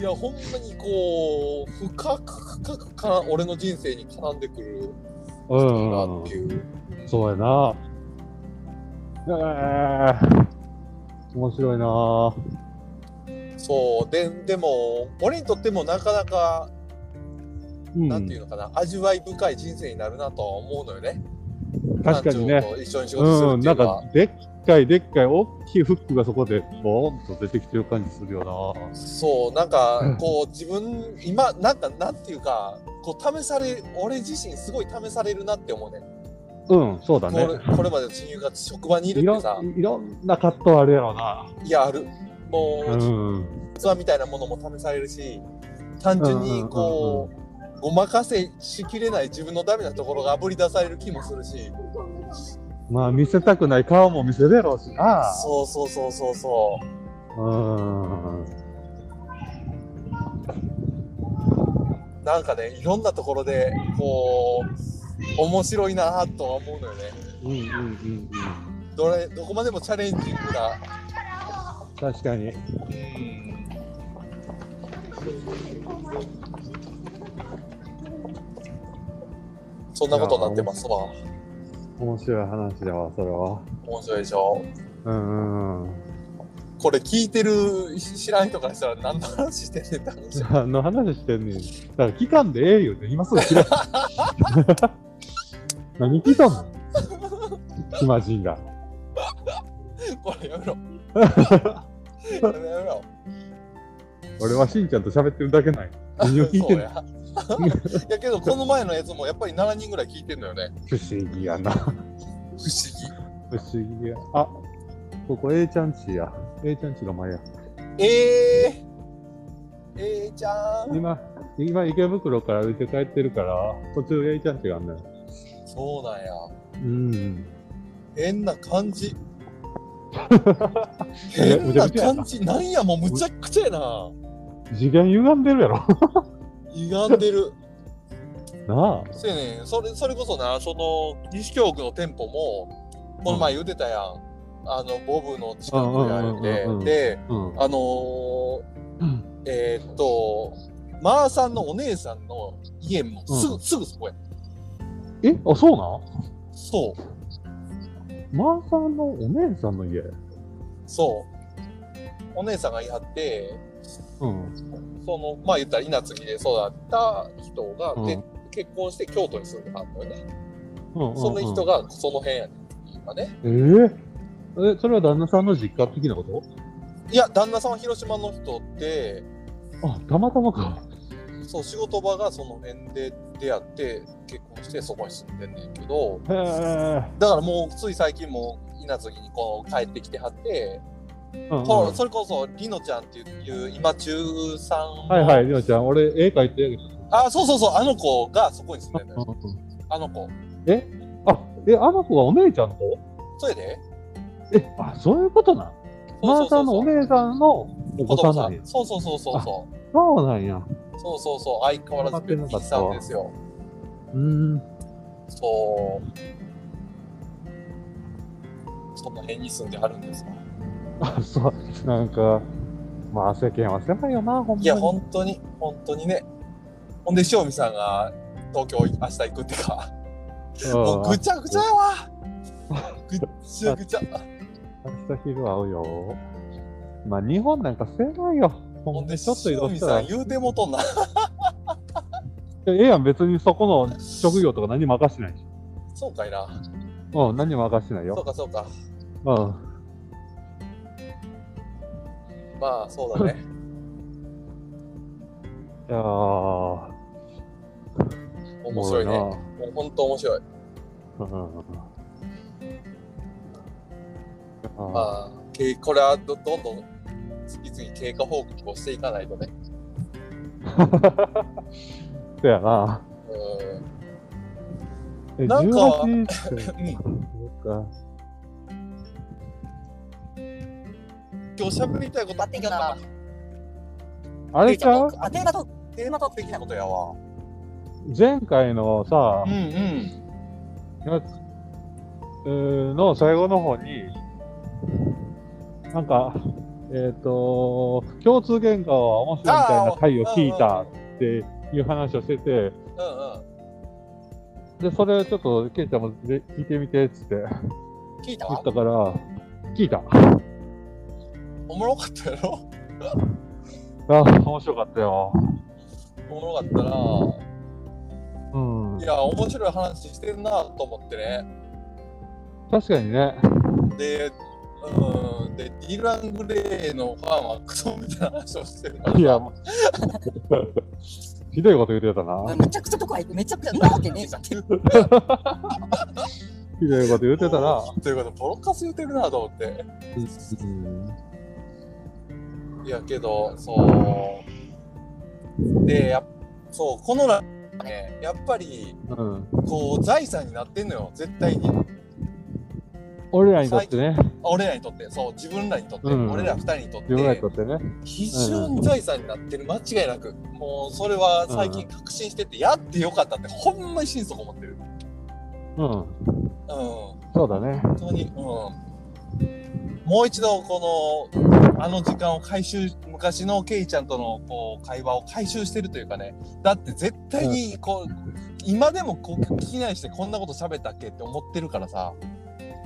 いや、ほんまにこう、深く深くから俺の人生に絡んでくる人
う
だ
ん
なって、いう。
そうやな。えー、面白いな。
そう。で、でも、俺にとってもなかなか、
うん、
なんていうのかな、味わい深い人生になるなとは思うのよね。
確かにね。
班長と一緒に仕事する
う
っ
ん、
ていう
な
んのは。
かでっかいでっかい大きいフックがそこでボーンと出てきてる感じするよ
そうなんか
うん
こう自分今なんかなんていうかこう試され俺自身すごい試されるなって思うね
な。うん、そうだね
こ。れこれまでの親友が職場にいる
い
っ
ろ
てさ
んいろんな葛藤あるやろうな。
いやあるも
う、
うん器みたいなものも試されるし単純にこうごまかせしきれない自分のダメなところがあぶり出される気もするし
まあ見せたくない顔も見せるやろうしな。
そうそうそうそうそう
うん。
なんかねいろんなところでこう面白いなとは思うのよね
うんうんうんうん。
どれどこまでもチャレンジングな
確かに。
そんなことになってますわ。
面白い話だわ、それは。
面白いでしょ。
うんうん。
これ聞いてるし知らん人からしたら何の話してんねんって 話。
何の話してんねん。だから期間でええよね。今すぐ切れ。何聞いたの暇人が。
これやめ ろ。やめろやめろ。
俺はしんちゃんと喋ってるだけない。何を聞い
そ
て
うん
の
や。いやけどこの前のやつもやっぱり7人ぐらい聞いてんのよね。
不思議やな。
不思
不思議や。あ、ここ A ちゃんちや。A ちゃんちが前や。
議。えー、えー、ちゃん。
今、今池袋から歩いて帰ってるから、途中 A ちゃんちがあんのよ。
そうなんや。
うん。
変な感 じ。
や
変な感じ。なんやもうむちゃくちゃやな。
次元歪んでるやろ。
歪んでる。
なあ。
そうやねんそれそれこそなその西京区の店舗もこの前言うてたやん、あのボブの近くにあるんで、
うんうんうんうん
で
うん。
あのー
うん
えーっとマーさんのお姉さんの家もすぐ、
う
すぐそこや
え、あ、そうなん
そう
マーさんのお姉さんの家。
そうお姉さんがいはって
うん。
そのまあ言ったら稲継ぎで育った人が、
うん
け結婚して京都に住んではんのよね、
うん
その人
が。
がその辺やねん今ね
えええ、それは旦那さんの実家的なこと
いや旦那さんは広島の人で
あ、たまたまか。
そう仕事場がその辺で出会って結婚してそこに住んでんねんけど
へえ。
だからもうつい最近も稲継ぎにこう帰ってきてはって、
うんうん
そうそれこそりのちゃんっていう今中3
はいはい、りおちゃん、俺、絵描いてあげて。
あそうそうそうあの子がそこに住んでんのよあの子
あ、え、あの子がお姉ちゃんの子
それで
え、あ、そういうことなん。マ
そう
ーさ
そうん
の
そ
お
う
姉さんのお
子
子さ
供
ん
さ
なんや
ん。そうそうそうそうそう
そうなんや。
そうそうそう相変わらずベッキーさんですよ
うーん。
そうその辺に住んではるんですか
あそうなんかまあ世間は狭いよなほんまに
いや本当に本当にねほんで塩見さんが東京明日行くってかもうぐちゃぐちゃやわぐっちゃぐちゃ
うん明日昼会うよまあ日本なんか狭いよほ
ほん
ん
で
でちょっと移動
塩見
した
さ
ら
ん言うてもとんな
ええやん別にそこの職業とか何も任してないし
そうかいな
うん何も任してない
そう
よ
かそうか
うん
まあそうだね
いやーお
面
もろ
白いねもう本当面白い
なうんあ
まあけこれはどどんどん次々経過報告をしていかないとね
ーそやな
う
え
なんか
18って
ん
そっか
今日喋りたいことあってんけどな
あれちゃう
あテーマとテーマと的なことやわ
前回のさ
うん、うん
やつうーの最後の方に、なんか、えっ、と、共通言語は面白いみたいな回を聞いたっていう話をしてて、
うんうん
で、それちょっと、ケイちゃんもぜ聞いてみてっつって
聞いた
言
わ
ったから、聞いた。
おもろかったやろ
あ、面白かったよ。
おもろかったな
うん
い。や面白い話してんなと思ってね
確かにね。
でうんでディラン・グレーのファンはクソみたいな話をしてるから
いや、も うひどいこと言ってたな。
めちゃくちゃ怖い。めちゃくちゃなわけねえじゃん。
ひどいこと言って たな。
ということボロカス言ってるなと思っていやけどそうでやっそうこのラねやっぱり
うん。
こう財産になってんのよ絶対に
俺らにとってね、
俺らにとってそう自分らにとって、
うん
俺ら二人にとって
自分らにとってね。
非常に財産になってる間違いなくもうそれは最近確信してて、やってよかったってほんまに心底思ってるうん
うん。
本
そうだね。
当にうんもう一度このあの時間を回収昔のケイちゃんとのこう会話を回収してるというかねだって絶対にこう、今でもこう聞きないしてこんなこと喋ったっけって思ってるからさ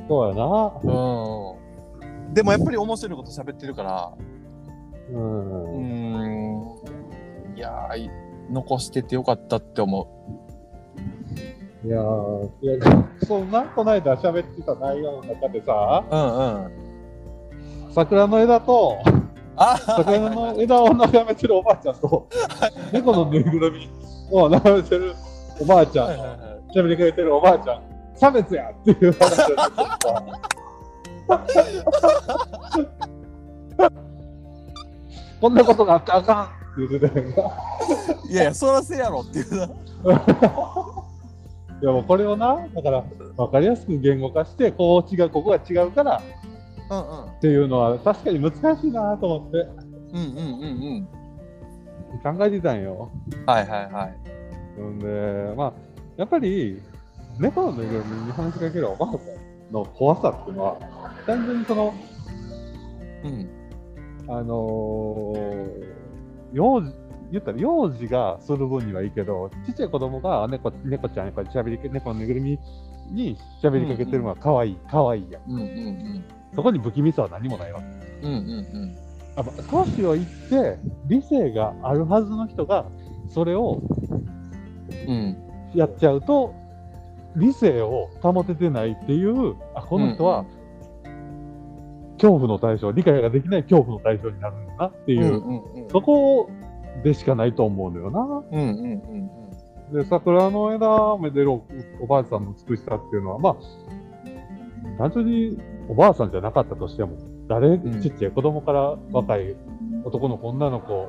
そうやな。
うんでもやっぱり面白いこと喋ってるから
うん。
うーんいやーい残しててよかったって思
いやー、いや、そう、なんこの間喋ってた内容の中でさ、
う。うんうん。
桜の枝と、
あ
桜の枝を眺めてるおばあちゃんと、 猫のぬいぐるみを眺めてるおばあちゃん
はいはい
の、
は
喋りかけてるおばあちゃん、差別やっていう話をしてた。こんなことがあったらあかんって言ってたやんか。
いいやいや、そらせやろっていうな。
いやもうこれをな、だから分かりやすく言語化して、こう違う、ここが違うからっ
うん
ていうのは確かに難しいなと思って
うん。うんうんうんうん。
考えてたんよ。
はいはいはい。
んで、まあ、やっぱり猫のぬいぐるみに話しかけるおばあさんの怖さっていうのは、単純にその、
うん。
あのー幼児、言ったら幼児がする分にはいいけど、ちっちゃい子供が猫猫ちゃん、やっぱり喋りか猫のぬいぐるみに喋りかけてるのは可愛い、可愛いやん。
うんうん
そこに不気味さは何もないわけ
うん。うんうん
あま年を言って理性があるはずの人がそれを
うん。うん。
やっちゃうと理性を保ててないっていうあこの人は恐怖の対象理解ができない恐怖の対象になるんだなっていう、
うんうん
そこでしかないと思うのよな。
うんうんうん
で桜の枝をめでるおおばあさんの美しさっていうのはまあ単純におばあさんじゃなかったとしても誰、
ん
ちっちゃい子供から若い男の子女の子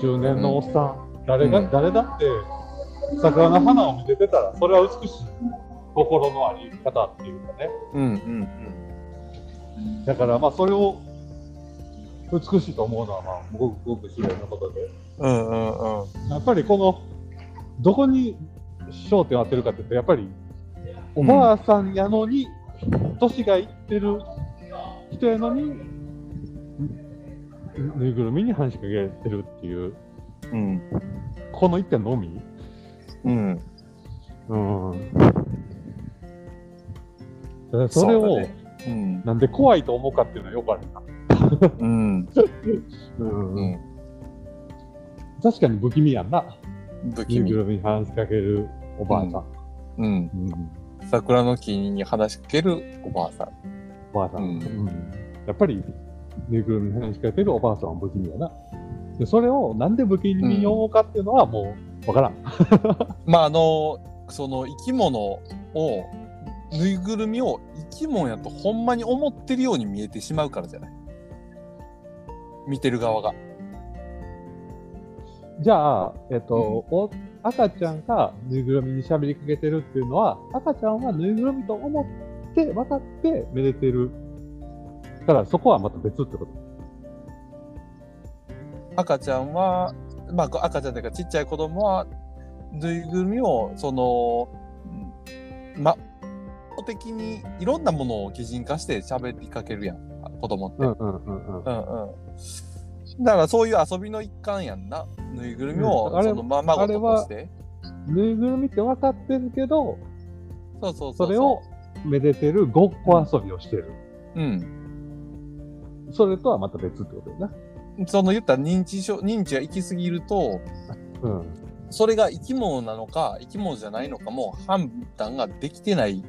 中年のおっさん、誰が、
うん
誰だって桜の花を見ててたらそれは美しい心のあり方っていうかね
うん。うんうん
だからまあそれを美しいと思うのはまあごくごく自然なことで
うん。うんうんうん。
やっぱりこのどこに焦点を当てるかって言うとやっぱりおばあさんやのに、年がいってる人やのに、ぬぬいぐるみに話しかけられてるっていう、
うん。
この一点のみ。
うん。
うん。ただそれ
そう
を
だねうん。
なんで怖いと思うかっていうのはよくあるな。
うん。
う、
うんん。
確かに不気味やんな。
不
ぬい
気
ぐ
味。
るみに話しかけるおばあさん。
うん。
うん
桜の木に話しかけるおばあさん。
おばあさん,、
う
うんんやっぱりぬいぐるみに話しかけるおばあさんは不気味やな。でそれをなんで不気味に思うかっていうのはもうわからん。
まああのその生き物をぬいぐるみを生き物やとほんまに思ってるように見えてしまうからじゃない見てる側が
じゃあ、えっとお赤ちゃんがぬいぐるみに喋りかけてるっていうのは赤ちゃんはぬいぐるみと思って分かってめでてるからそこはまた別ってこと
赤ちゃんはまあ赤ちゃんというかちっちゃい子供はぬいぐるみをそのま的にいろんなものを擬人化して喋りかけるやん子供って、
うんうんうんうん
うんうんだからそういう遊びの一環やんなぬいぐるみを
うんあれ
そのままごととして
ぬいぐるみって分かってるけど
そうそうそう
それをめでてるごっこ遊びをしてる、
うん
それとはまた別ってことよな、
その言ったら認知症認知が行き過ぎると
うん、
それが生き物なのか生き物じゃないのかも判断ができてない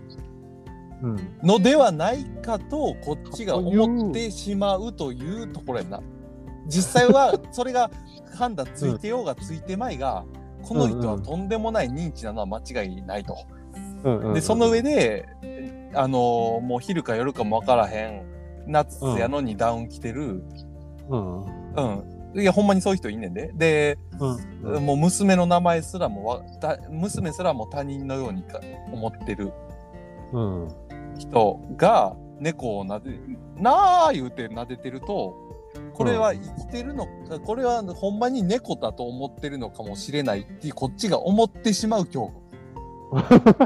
うん、
のではないかとこっちが思ってしまうというところやな実際はそれが判断ついてようがついてまいが、この人はとんでもない認知なのは間違いないと、
うんうん
でその上であのもう昼か夜かもわからへん夏やのにダウン着てる
うんうん
うん、いやほんまにそういう人いんねんでで
うん
もう娘の名前すらもわた娘すらも他人のようにか思ってる
うん
人が猫をなでなあ言うて撫でてるとこれは生きてるのかこれはほんまに猫だと思ってるのかもしれないっていうこっちが思ってしまう恐 怖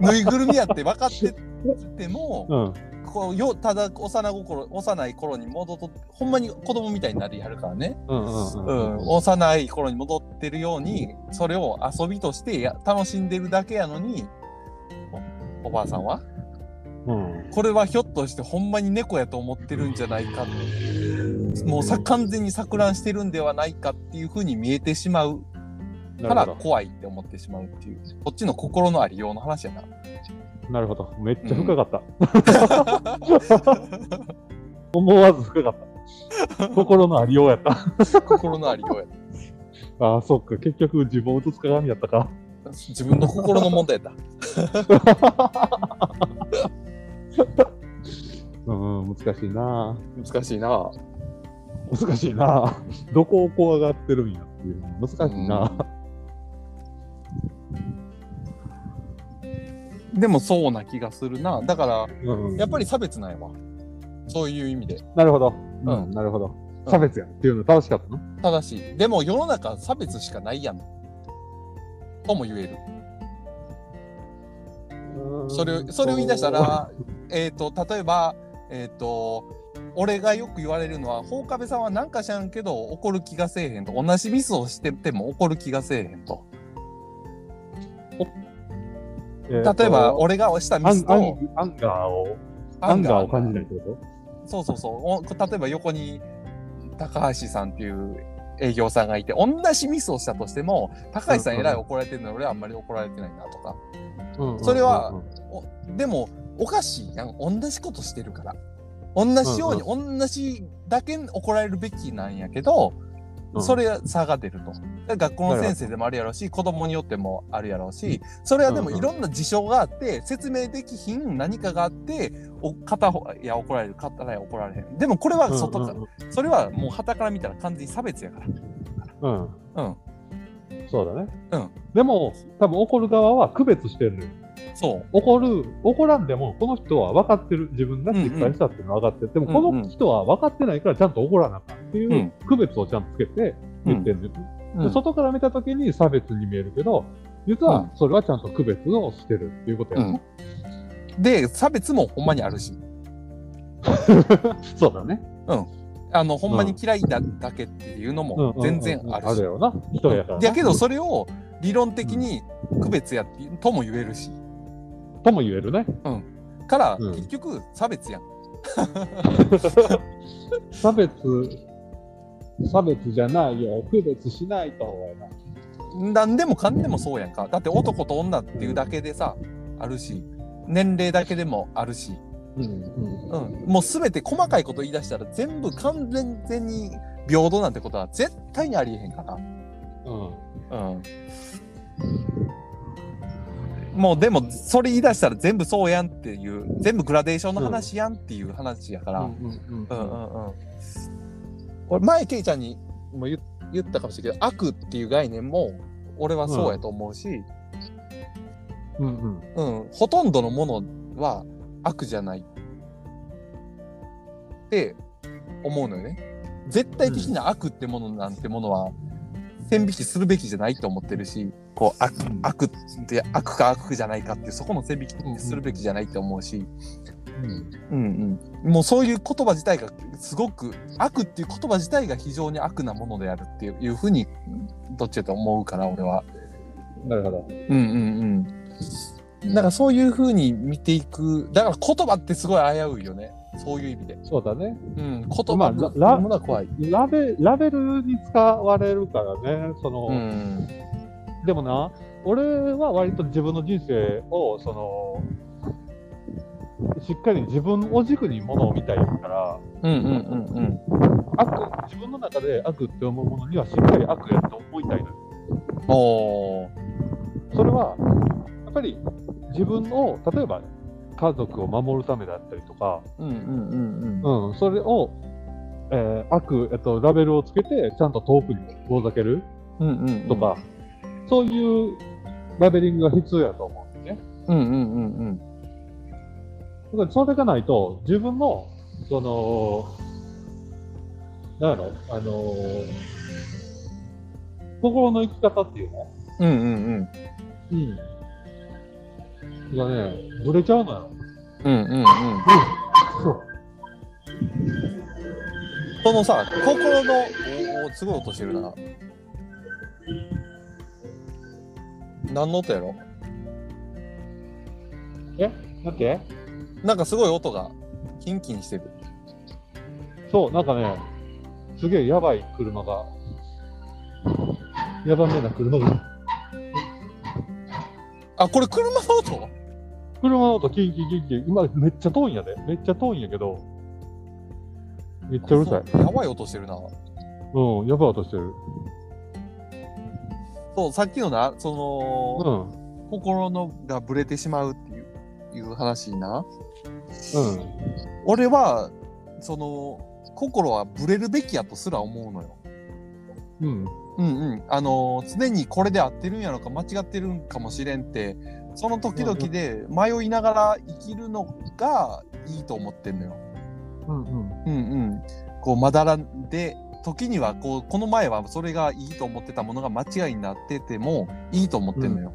ぬいぐるみやって分かってても
うん
こうよただ幼心幼い頃に戻っとほんまに子供みたいになりやるからね
うん
うん、幼い頃に戻ってるようにそれを遊びとしてや楽しんでるだけやのにおおばあさんは
うん
これはひょっとしてほんまに猫やと思ってるんじゃないかもうさ完全に錯乱してるんではないかっていうふうに見えてしまうか
なる
ら
ほど
怖いって思ってしまうっていうこっちの心のありようの話や な。
なるほどめっちゃ深かった、思わず深かった心のありようやった
心のありようや
ああ、そっか、結局自分を映す鏡やったか。
自分の心の問題だ。
うん、難しいな。
難しいな。
難しいな。どこを怖がってるんやっていう。難しいな。
でもそうな気がするな。だから
うん、
やっぱり差別ないわ。そういう意味で。
なるほど。う
うん
ん、なるほど。
うん
差別やっていうの楽しかったな。
正しい。でも世の中は差別しかないやん。とも言える。それを、それを言い出した、ら、えっ、と、例えば、えっ、と、俺がよく言われるのは、放火部さんはなんか知らんけど怒る気がせえへんと。同じミスをしてても怒る気がせえへんと。
例え
例えば、俺がしたミ
ア
ス
ンア
と
ンアンガーを、アンガーを感じないってこ
そうそうそう。お例えば横に高橋さんっていう営業さんがいて、同じミスをしたとしても、高橋さんえらい怒られてるのに俺はあんまり怒られてないなとか。
と、うんうんうんうん
それはおでもおかしいやん同じことしてるから同じように、同じだけ怒られるべきなんやけど、
うん
それは差が出るとで学校の先生でもあるやろうし子供によってもあるやろうしそれはでも
うんうん
いろんな事象があって説明できひん何かがあってお片方いや怒られる片方や怒られへんでもこれは外か、それはもう傍から見たら完全に差別やから
うんうんうん
うん
うんそうだね。
うん
でも、多分怒る側は区別してるのよ。
そう
怒る怒らんでもこの人は分かってる自分が失敗したっていうのは分かってる、でもこ
うんう
の
ん
人は分かってないからちゃんと怒らなあかんっていううん区別をちゃんとつけて言ってるんです、
うん
で外から見た時に差別に見えるけど実はそれはちゃんと区別をしてるっていうことやな、
うんで、差別もほんまにあるし、
そうだね。
あの、ほんまに嫌いだだけっていうの
うんうん
も
うん
全然ある
ある
し。
よな。人やからな。
だけど、それを理論的に区別やってとも言えるし、
とも言えるね。
から、
うん
結局、差別やん。
差別、差別じゃないよ。区別しないと思います。
何でもかんでもそうやんか。だって男と女っていうだけでさ、あるし、年齢だけでもあるし、
うんうん。
うん、もうすべて細かいこと言い出したら全部完全に平等なんてことは絶対にありえへんか
うん。
ら。うん。もうでもそれ言い出したら全部そうやんっていう、全部グラデーションの話やんっていう話やから。
うんう
う
んう
んうん
ん
うん。これ前、ケイちゃんにも言言ったかもしれないけど、悪っていう概念も俺はそうやと思うし、
うんうん。
うん、ほとんどのものは悪じゃないって思うのよね。絶対的な悪ってものなんてものは線引きするべきじゃないと思ってるし、こう悪悪って悪か悪じゃないかっていうそこの線引きってするべきじゃないって思うし、うんうん、もうそういう言葉自体がすごく悪っていう言葉自体が非常に悪なものであるっていうふうにどっちやと思うから俺は。
なるほど。
うんうんうん。だからそういうふうに見ていく。だから言葉ってすごい危ういよね。そういう意味で。
そうだね。
うん。言葉
まあ
も
ラ
ものは怖い。
ラベラベルに使われるからね。その、
うん。
でもな、俺は割と自分の人生を、その、しっかり自分を軸にものを見たいから、
うんうんうんうん。
悪、自分の中で悪って思うものにはしっかり悪やと思いたいのよ。
おー。
それは、やっぱり自分を、例えば家族を守るためだったりとか、
うんうんうんうん。
うん、それを、えー悪、えっと、ラベルをつけて、ちゃんと遠くに遠ざける
うんうんうん。
と。か、そういうラベリングが必要やと思うんだよね。
うんうんうん
だからそれがないと、自分の、その、なんやろ、あのー心の生き方っていうの、
うん。うんうん
うん、がね、ぶれちゃうのよ。
うん。うんうんうん。
そう。
そのさ、心の、おおすごい音してるな。何の音やろ
えだって
なんかすごい音がキンキンしてる。
そう、なんかね、すげえやばい車が、やばめな車が、
あ、これ車の音
車の音キンキンキンキン、今めっちゃ遠いんやで、めっちゃ遠いんやけど、めっちゃうるさい。
そうやばい音してるな。
うん、やばい音してる。
そう、さっきのな、その、
うん。
心のがぶれてしまうっていういう話な。
う
俺は、その、心はぶれるべきやとすら思うのよ。
ん。うん。
うんうん。あの、常にこれで合ってるんやろか、間違ってるんかもしれんって、その時々で迷いながら生きるのがいいと思ってんのよ。
うんうん。
うんうん。こう、まだらで、時にはこう、この前はそれがいいと思ってたものが間違いになっててもいいと思ってんのよ。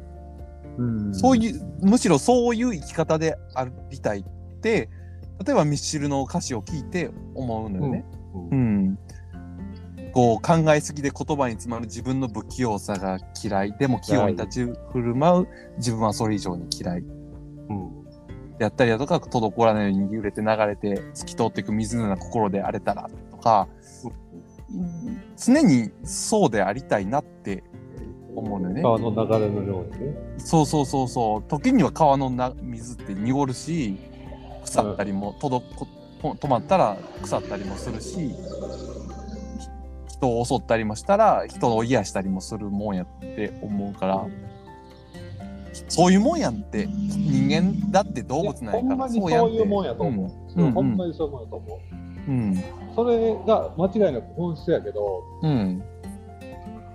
うん、
そう
い
いう、むしろそういう生き方でありたいって、例えばミスチルの歌詞を聞いて思うのよね。
う。
うんん。こう考えすぎで言葉に詰まる自分の不器用さが嫌い。でも器用に立ち振る舞う自分はそれ以上に嫌い。
うん。
であったりだとか、滞らないように揺れて流れて透き通っていく水のような心で荒れたらとか、常にそうでありたいなって思うのよね。
川の流れのようにね。
そうそうそうそう時には川のな水って濁るし腐ったりも、とどここ止まったら腐ったりもするしひ人を襲ったりもしたら人を癒したりもするもんやって思うから、そういうもんやんって人間だって動物なん
ほ
や
ん
か
ま
ら
にそう
や
いうもんやと思う。
うんうん
ほんまにそういうもんやと思
うん
う。それが間違いなく本質やけど、
うん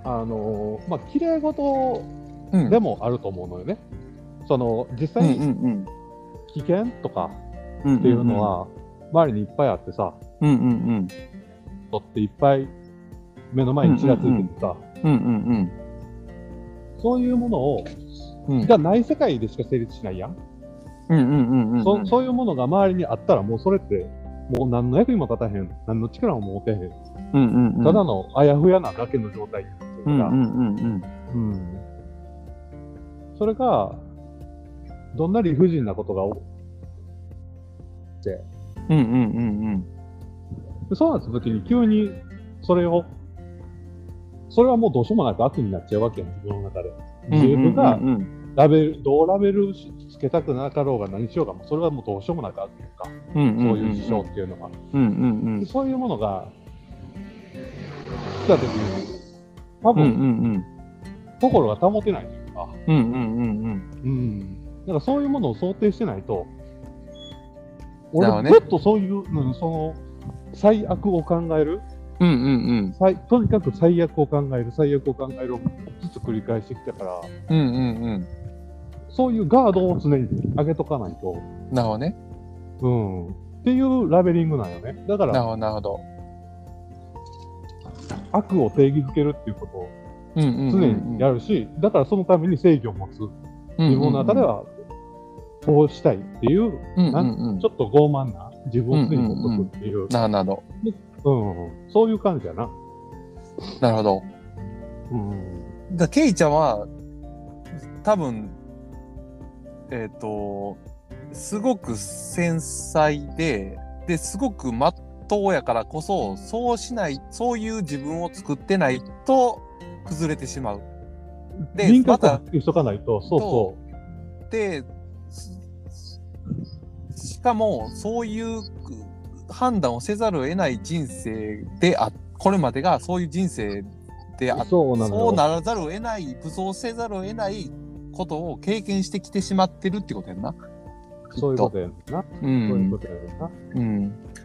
あのーまあ、綺麗事
うん
でもあると思うのよね。その、実
うん
際
うん
に危険とか
うん
っていうのは、周りにいっぱいあってさ、
うんうんうん
人っていっぱい目の前にちらついてるさ、
うんうん
そういうものを、
うんうん
じゃない世界でしか成立しないやん。
うんうんうんうんうん
そそういうものが周りにあったらもうそれってもう何の役にも立たへん何の力も持てへん
うんうんうん
ただのあやふやなだけの状態っていう
う
か
んうんうんうん
うんそれがどんな理不尽なことが起
うんうんうん
でそうなった時に急にそれをそれはもうどうしようもなく悪になっちゃうわけやん自分の中で
うん
自分が
うんうんうん
ラベルどうラベルしつけたくなかろうが何しようがもうそれはもうどうしようもなく悪やんか
うん
そういう事象っていうのが
うんうんうん
でそういうものが来た時に多
うんうん
分心が保てないというか、
うんうんうんうんうん
うん、だからそういうものを想定してないと
な
俺
るほどね
ずっとそういう、うん、その最悪を考える
うんうん
最とにかく最悪を考える最悪を考えるをずつ繰り返してきたから
うんうんうんうん
そういうガードを常に上げとかないと、
なるほどね
うん、っていうラベリングなんよねだか
なる
ら
ほどなるほど
悪を定義づけるっていうことを
うんうん
常にやるし、だからそのために正義を持つ自分の中ではこうしたいっていう
うんうん
な
うんうん
ちょっと傲慢な自分を常に持っとくっていう、
なるほど
うん、そういう感じやな。
なるほど
うん、
だからケイちゃんは多分えっ、とすごく繊細でですごくまっとうやからこそそうしないそういう自分を作ってないと崩れてしまうで
輪
ま
郭を
た
はっきりしとかないと、そうそう。
ですしかもそういうく判断をせざるを得ない人生であこれまでがそういう人生であっ
そうなのよ
そうならざるを得ない、武装せざるを得ないことを経験してきてしまってるってことやんな。
そういうことやねんな。
う
そういうんこ。とやねんな。
うん。だ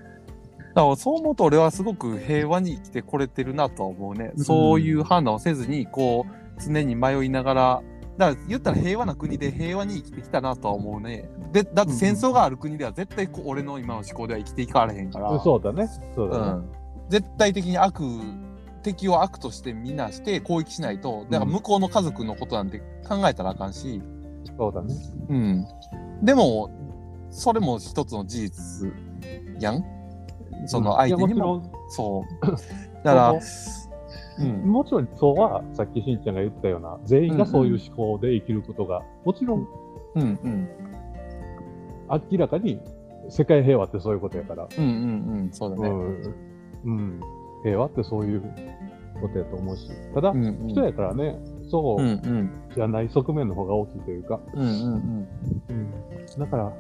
からそう思うと俺はすごく平和に生きてこれてるなとは思うね。
うん
そういう判断をせずに、こう、常に迷いながら、だから言ったら平和な国で平和に生きてきたなとは思うね。で、だって戦争がある国では絶対こう俺の今の思考では生きていかれへんから。
そうだね。そう
う
だね。
ん、絶対的に悪敵を悪としてみなして攻撃しないとだから向こうの家族のことなんて考えたらあかんし、
そうだね。
うん、でもそれも一つの事実やんその相手にも、
いやちろん
そうだからうん
もちろん理想は、さっきしんちゃんが言ったような、全員がそういう思考で生きることが、もちろん
うんうん
明らかに世界平和ってそういうことやから、
うんうんうんそうだ
う
ね、
んうん、平和ってそういうことやと思うし、ただ、
うんうん、
人やからね、そ
うんう
うんじゃない側面の方が大きいというか、
うんうん
うん、だから、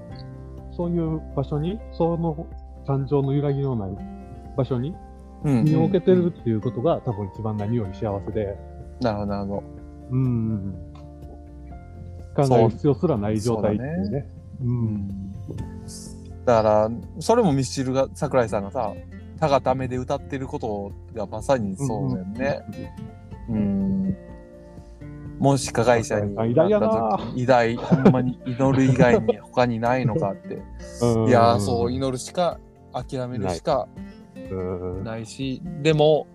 そういう場所に、その感情の揺らぎのない場所に
うんうん
身を置けてるっていうことが、多分一番何より幸せで、
なるほどなるほど
うん、考える必要すらない状態っていうね。うん
だからそれもミスチルが桜井さんがさ「たがため」で歌ってることがまさにそうだよね。うんもし加害者に
偉大やな
偉大ほんまに祈る以外に他にないのかって
うん
いやーそう祈るしか諦めるしか
うん
ないしでも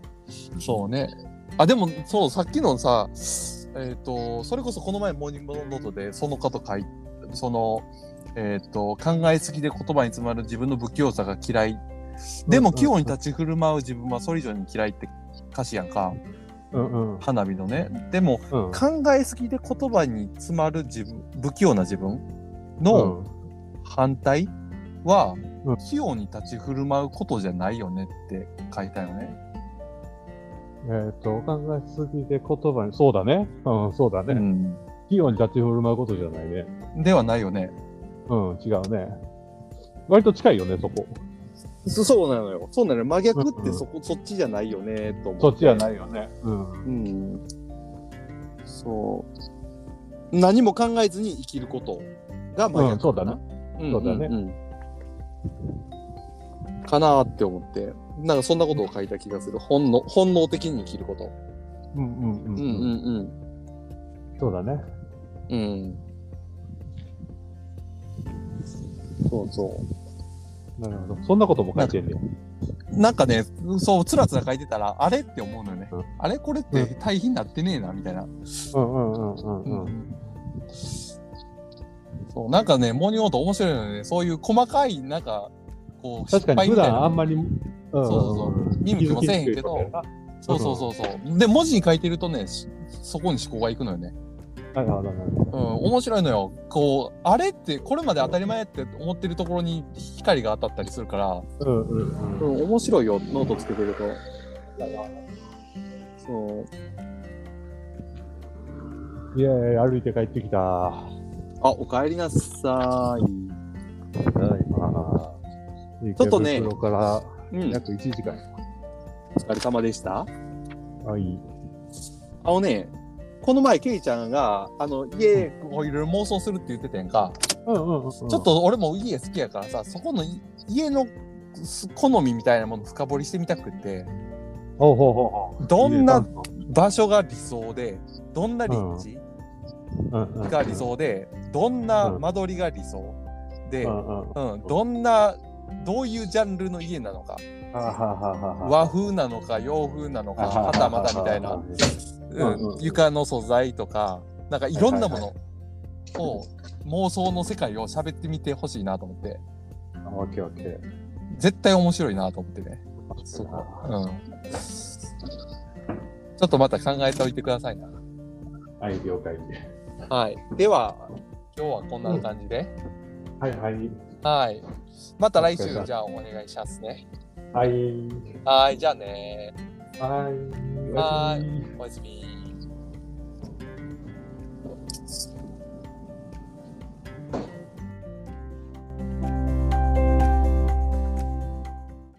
そうねあでもそうさっきのさえっ、とそれこそこの前モーニングノートでその方と書いそのえっ、と考えすぎで言葉に詰まる自分の不器用さが嫌いでも器用に立ち振る舞う自分はそれ以上に嫌いって歌詞やんか
うんうん
花火のねでも
うん
考えすぎで言葉に詰まる自分不器用な自分の反対は、
うん
器用に立ち振る舞うことじゃないよねって書いたよね。
えーっと考えすぎで言葉にそうだね、うん、そうだね、
うん
器用に立ち振る舞うことじゃないね
ではないよね。
うん違うね割と近いよねそこ
そそうなのよ。そうなのよ。真逆
ってそ
こ、そっちじゃないよね、と思
そっちじゃ
い。
ないよねうん
うん。そう。何も考えずに生きることが
うん、そうだね。
うん
そうだね
んんかなーって思って、なんかそんなことを書いた気がする。本能本能的に生きること。
うんうんうん、
うんうん
そうだね。
うん。うん。そうそう。
なるほど。そんなことも書いてんねよ。
なんかね、そう、つらつら書いてたら、あれって思うのよね
うん。
あれこれって対比になってねえな、みたいな。
うんうんうんうんうん。
そうなんかねモーニングオート面白いのでねそういう細かいなんかこう
確かに普段あんまり、うん、
そうそうそう見向きもせえへんけ
気づきにく
ど
いことや
そうそうそうそうで文字に書いてるとねしそこに思考がいくのよね
ななるほどなるほ
うん面白いのよこうあれってこれまで当たり前って思ってるところに光が当たったりするから、
どうんうんうん
うん、面白いよノートつけてるとそう
いやいや歩いて帰ってきた
あおかえりなさい
ただいま
ちょっとね
池袋から
うん
約1時間、
お疲れ様でした
はい
あのね、この前、ケイちゃんが、あの、家をいろいろ妄想するって言ってたやんか、
うんうんうん、ち
ちょっと俺も家好きやからさ、そこのい家のす好みみたいなもの深掘りしてみたくって、
ほうほうほうほう
どん
う
なん場所が理想で、どんな立地
うんうん
が理想で、どんな間取りが理想で、
う
うん、
んうん
どんな、どういうジャンルの家なのか、
ははははは
和風なのか、洋風なのか、はたまたみたいな。
うん
う
うん
ん、床の素材とかなんかいろんなも
は
のを妄想の世界を喋ってみてほしいなと思って
オッケーオッケー
絶対面白いなと思ってね、
そうか
うん、ちょっとまた考えておいてくださいな
はい了解
はいでは今日はこんな感じで、
はいはい
はいまた来
お疲れ
週
様
じゃあお願いしますね
はい
はいじゃあね
はいおやすみ
はいおやすみ